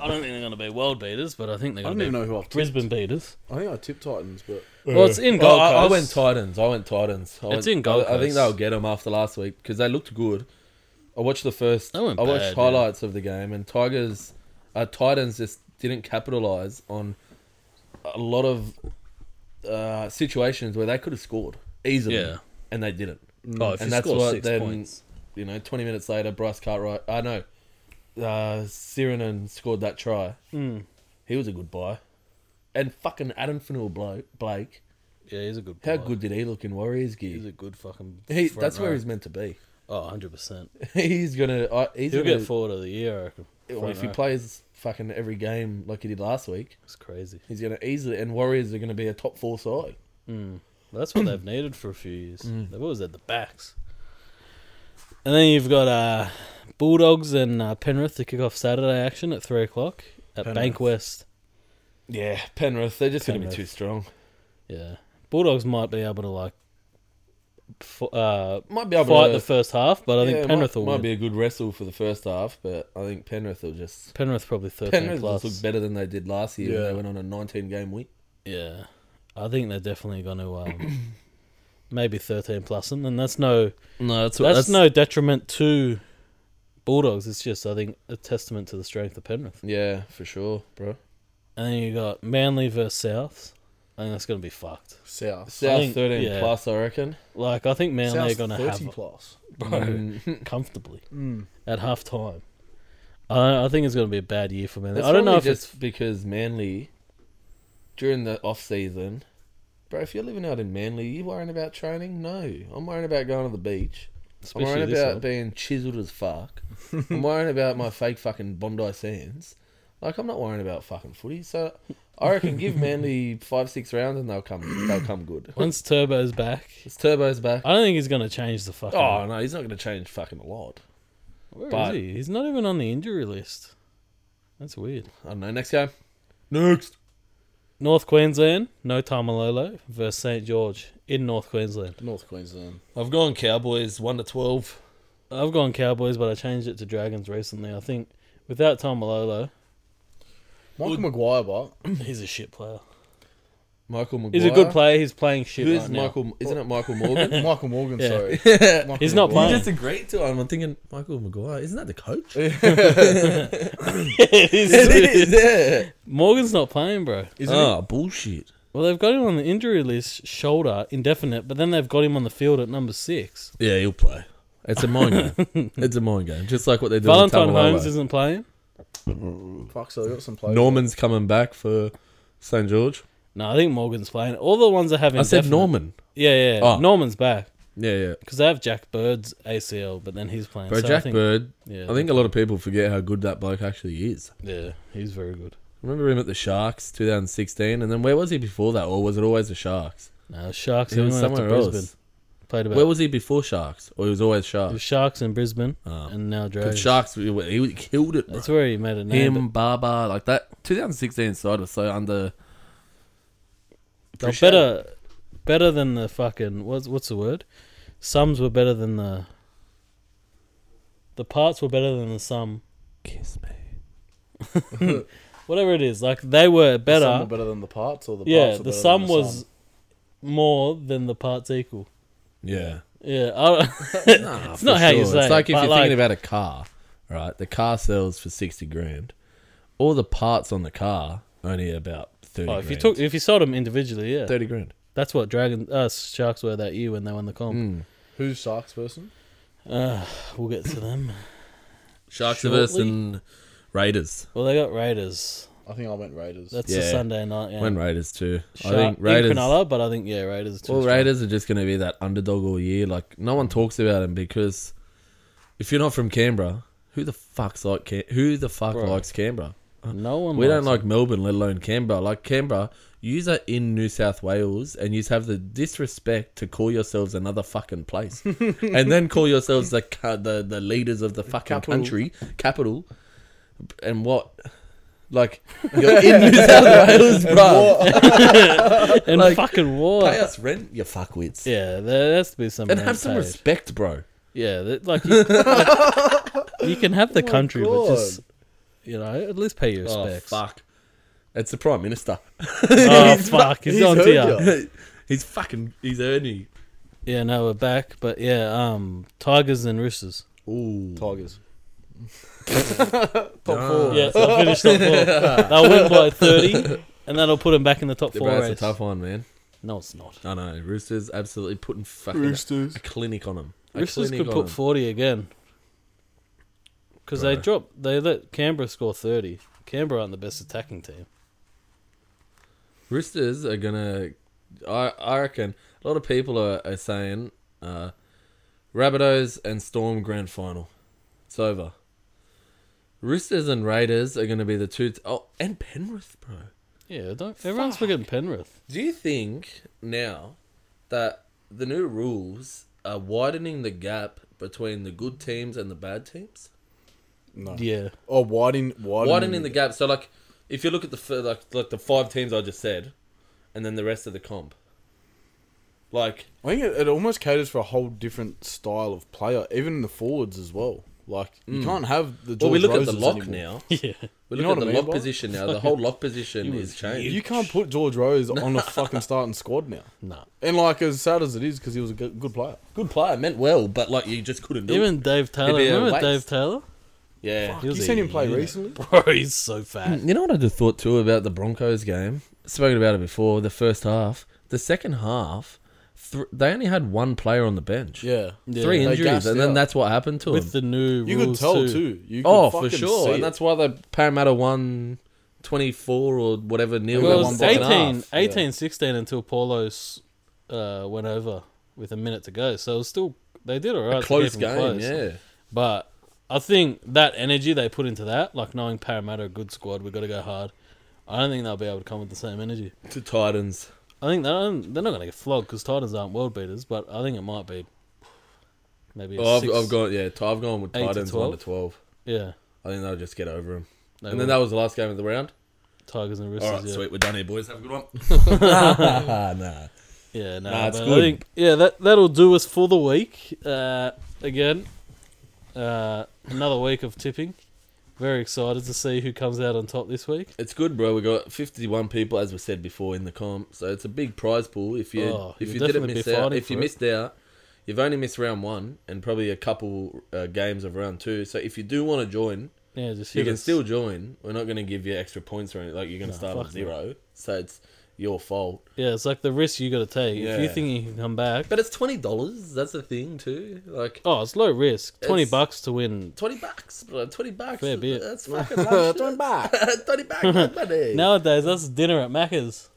I don't think they're going to be world beaters, but I think they're
I
going to
don't
be
even know who I've tipped.
Brisbane beaters.
I think I tipped Titans, but
Well, it's in
Uh, Well,
Gold
I, I went
Coast.
Titans. I went Titans. I
It's
went-
in Gold
I, I think
Coast.
they'll get them after last week because they looked good. I watched the first.
They weren't
I watched
bad, yeah.
highlights of the game, and Tigers, uh, Titans just didn't capitalize on a lot of uh, situations where they could have scored easily,
Yeah.
and they didn't.
oh, if
and
you
that's
score
what
six
then-
points.
You know, twenty minutes later, Bryce Cartwright. I know, uh, Sirenen scored that try.
Hmm.
He was a good buy, and fucking Adam Fanil Blo- Blake.
Yeah, he's a good.
How
player.
good did he look in Warriors gear?
He's a good fucking.
He,
front
that's where
row.
he's meant to be.
Oh, 100 percent.
He's gonna. I he's
He'll
gonna.
get forward of the year. I reckon.
well,
Front
if he
row.
plays fucking every game like he did last week,
it's crazy.
he's gonna easily. And Warriors are gonna be a top four side.
That's what they've needed for a few years.
Mm.
They've always had the backs. And then you've got uh, Bulldogs and uh, Penrith to kick off Saturday action at three o'clock at
Penrith.
Bankwest.
Yeah, Penrith. They're just gonna
Penrith.
be too strong.
Yeah, Bulldogs might be able to like f- uh,
Might be able
fight
to.
the first half, but I
yeah,
think Penrith
might,
will
might
win.
be a good wrestle for the first half, but I think Penrith will just.
Penrith probably thirteen
Penrith
plus.
just looked better than they did last year when
Yeah.
they went on a 19 game win.
Yeah, I think they're definitely going to um, maybe thirteen plus, and then that's no
No, that's
that's, no detriment to Bulldogs. It's just I think a testament to the strength of Penrith.
Yeah, for sure, bro.
And then you got Manly versus South. I think that's going to be fucked.
South.
South
think-
13
yeah.
plus, I reckon.
Like I think Manly
South's
are going to
30
have
plus.
Mm.
comfortably at half time. I, I think it's going to be a bad year for Manly.
That's
I don't know if
probably
it's
just because Manly during the off season, bro. If you're living out in Manly, you worrying about training? No, I'm worrying about going to the beach.
especially
I'm worrying
this
about
one.
being chiseled as fuck. I'm worrying about my fake fucking Bondi Sands. Like I'm not worrying about fucking footy. So I reckon give Manly five six rounds and they'll come. They'll come good.
once Turbo's back.
It's Turbo's back.
I don't think he's going to change the fucking.
Oh no, he's not going to change fucking a lot.
Where is
but-
he? He's not even on the injury list. That's weird.
I don't know. Next game. Next.
North Queensland, no Tamalolo versus St George in North Queensland.
North Queensland.
I've gone Cowboys one to twelve.
I've gone Cowboys, but I changed it to Dragons recently. I think without Tamalolo,
Michael Maguire, but
he's a shit player.
Michael McGuire.
He's a good player. He's playing shit
Who
right
is
now.
Michael? Isn't it Michael Morgan?
Michael Morgan,
Yeah.
sorry. Michael
He's not
Maguire.
playing.
agreed to him. I'm thinking Michael Maguire. Isn't that the coach?
It is. Ah,
yeah.
Morgan's not playing, bro.
Isn't
oh bullshit.
Well, they've got him on the injury list, shoulder, indefinite, but then they've got him on the field at number six.
Yeah, he'll play. It's a mind game. It's a mind game, just like what they do.
Valentine Holmes isn't playing.
he? Fuck, so they got some players.
Norman's coming back for St George.
No, I think Morgan's playing. All the ones that have
I said
indefinite-
Norman.
Yeah, yeah.
Oh.
Norman's back
Yeah, yeah.
because they have Jack Bird's ACL, but then he's playing.
Bro,
So I
Jack
think-
Bird.
Yeah,
I think a lot of people forget how good that bloke actually is.
Yeah, he's very good.
Remember him at the Sharks 2016, and then where was he before that, or was it always the Sharks?
No, Sharks.
He was
somewhere
somewhere
to
else.
Brisbane. Played about.
Where was he before Sharks, or he was always
it was
Sharks?
Sharks in Brisbane,
Oh.
and now Dragons.
Because Sharks, he he killed it. Bro.
That's where he made a name.
him, Barber, like that 2016 side was so under.
but They're better, better than the fucking what's what's the word? Sums were better than the. The parts were better than the sum.
Kiss me.
Whatever it is, like they were
The
better.
Some were better than the parts, or the
yeah,
parts were
the
better
sum
than
was more than the parts equal.
Yeah.
Yeah, I,
Nah,
it's
for
not how you
sure.
say.
It's like
it,
if
but
you're
like,
thinking about a car, right? The car sells for 60 grand. All the parts on the car only about 30
Oh,
grand.
if you took, if you sold them individually, yeah,
30 grand.
that's what Dragon uh, Sharks were that year when they won the comp.
Mm.
Who's Sharks person?
Uh, we'll get to them.
Sharks
Shortly?
versus and Raiders.
Well, they got Raiders.
I think I went Raiders.
That's the
Yeah.
Sunday night. Yeah.
When Raiders too.
Shark-
I think
in
Raiders.
Cronulla, but I think yeah, Raiders. Too
Well,
strong.
Raiders are just going to be that underdog all year. Like no one talks about them because if you're not from Canberra, who the fuck's like Can- who the fuck
Bro.
likes Canberra?
No one.
We don't
likes
like Melbourne, let alone Canberra. Like Canberra, yous are in New South Wales, and yous have the disrespect to call yourselves another fucking place, and then call yourselves the ca- the the leaders of the fucking
Capital.
country, capital, and what? Like you're in New South Wales, bro.
them. and
like,
fucking war.
Pay us rent, you fuckwits,
Yeah, there has to be some.
and
man
have some
paid.
respect, bro.
Yeah, that, like you, like, you can have the country, but
God.
just You know, at least pay your
Oh
respects.
fuck! It's the prime minister.
Oh, fuck, He's,
he's
on
heard
to ya.
ya.
he's fucking. He's Ernie.
Yeah, no, we're back. But yeah, um, Tigers and Roosters.
Ooh.
Tigers.
Top four.
Yeah, so finish top four. They'll win by 30, and that'll put them back in the top four
That's a
race.
tough one, man.
No, it's not.
I know. Roosters absolutely putting fucking
Roosters.
a clinic on them.
Roosters could put 40 again. Because they
Right.
dropped, they let Canberra score 30. Canberra aren't the best attacking team.
Roosters are gonna. I I reckon a lot of people are, are saying, uh, Rabbitohs and Storm grand final. It's over. Roosters and Raiders are gonna be the two. T- oh, and Penrith, bro.
Yeah, don't, everyone's forgetting Penrith.
Do you think now that the new rules are widening the gap between the good teams and the bad teams?
No.
Yeah.
Or widen, widen,
Widening the gap. So, like, if you look at the f- like like the five teams I just said, and then the rest of the comp, like
I think it, it almost caters for a whole different style of player, even in the forwards as well. Like you can't have the. George
Hmm. well, we look at the
Roses
lock
anymore.
now.
Yeah.
We
You
look
know
at the
what I mean,
lock
bro?
position now. The whole lock position
He
is
was
changed.
You can't put George Rose on the fucking starting squad now.
Nah.
And like as sad as it is, because he was a good, good player.
Good player, meant well, but like you just couldn't do it.
Even Dave Taylor.
be a
Remember
waste.
Dave Taylor?
Yeah.
He
You
was
seen
a
him play
unit.
recently?
Bro, he's so fat.
You know what I just thought too about the Broncos game? Spoken about it before, the first half. The second half, th- they only had one player on the bench.
Yeah,
Three
They
injuries,
gassed
and then
out.
that's what happened to
With the
him.
new
you could
rules
tell
too.
too. You could
Oh, for
fucking
sure.
see
And
it.
that's why the Parramatta won 24 or whatever nil.
Well,
in
Well, it
the
one
was
by
second
18,
half.
18 16 until Paulos uh, went over with a minute to go. So it was still, they did all right. to
Close
keep 'em
game,
close.
yeah.
But I think that energy they put into that, like knowing Parramatta are a good squad, we've got to go hard. I don't think they'll be able to come with the same energy.
To Titans.
I think they don't, they're not going to get flogged because Titans aren't world beaters, but I think it might be. Maybe a
Oh, I've,
six-
I've gone, yeah, I've gone with
Eight to
Titans 1 to
12.
12.
Yeah.
I think they'll just get over him.
They
and then
will.
that was the last game of the round.
Tigers and Roosters.
All right,
yeah.
sweet. We're done here, boys. Have a good one. nah.
Yeah, no,
Nah, it's
but I
good.
think yeah that that'll do us for the week. Uh, again, uh, another week of tipping. Very excited to see who comes out on top this week.
It's good, bro. We got 51 people, as we said before, in the comp. So it's a big prize pool. If you
Oh,
if you
you'll
didn't
definitely
miss
be
out,
fighting
if you
for it.
missed out, you've only missed round one and probably a couple uh, games of round two. So if you do want to join,
Yeah, just
you
hit
can
us.
still join. We're not going to give you extra points or anything. Like you're going to
No,
start
fuck
with zero. So it's your fault.
yeah, it's like the risk you got to take. If you
Yeah.
think you can come back,
But it's twenty dollars. That's the thing too. Like
oh, it's low risk. Twenty
It's-
bucks to win.
twenty bucks, bro. Twenty bucks.
Fair bit.
That's fucking much.
Turn back.
twenty bucks, that's money.
Nowadays, that's dinner at Macca's.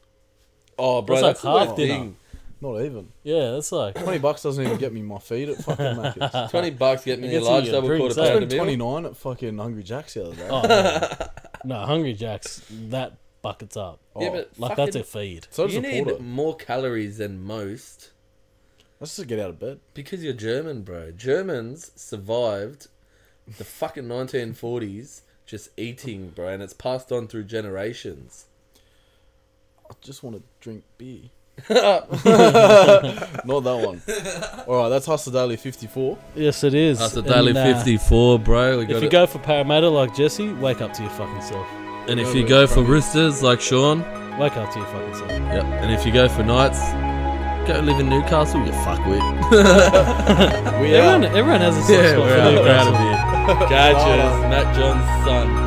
oh, bro,
That's like
that's,
half
half
dinner.
thing.
Not even
Yeah, that's like
twenty bucks doesn't even get me my feet at fucking Macca's.
20 bucks getting me a
gets you
large
your
double
drinks,
quarter
eh?
I
pounder
spent
meal.
twenty nine at fucking Hungry Jack's the other day.
oh no, no hungry jacks. That buckets up.
Yeah, but
Like
Oh. fucking-
that's a feed.
so does
You
a
need
porter.
more calories than most
Let's just get out of bed.
because you're German, bro. Germans survived the fucking 1940s just eating, bro, and it's passed on through generations.
I just want to drink beer. Not that one. All right, that's Hustle Daily 54.
Yes, it is.
That's a
And,
daily
uh,
54, bro. We
If
got
you
it.
go for Parramatta like Jesse, wake up to your fucking self.
and if you go for roosters like Sean,
Wake up to your fucking self.
yep. And if you go for knights, go live in Newcastle, you fuckwit.
We
Everyone,
out.
everyone has a soft spot for Newcastle.
here. Gotcha. Matt John's son.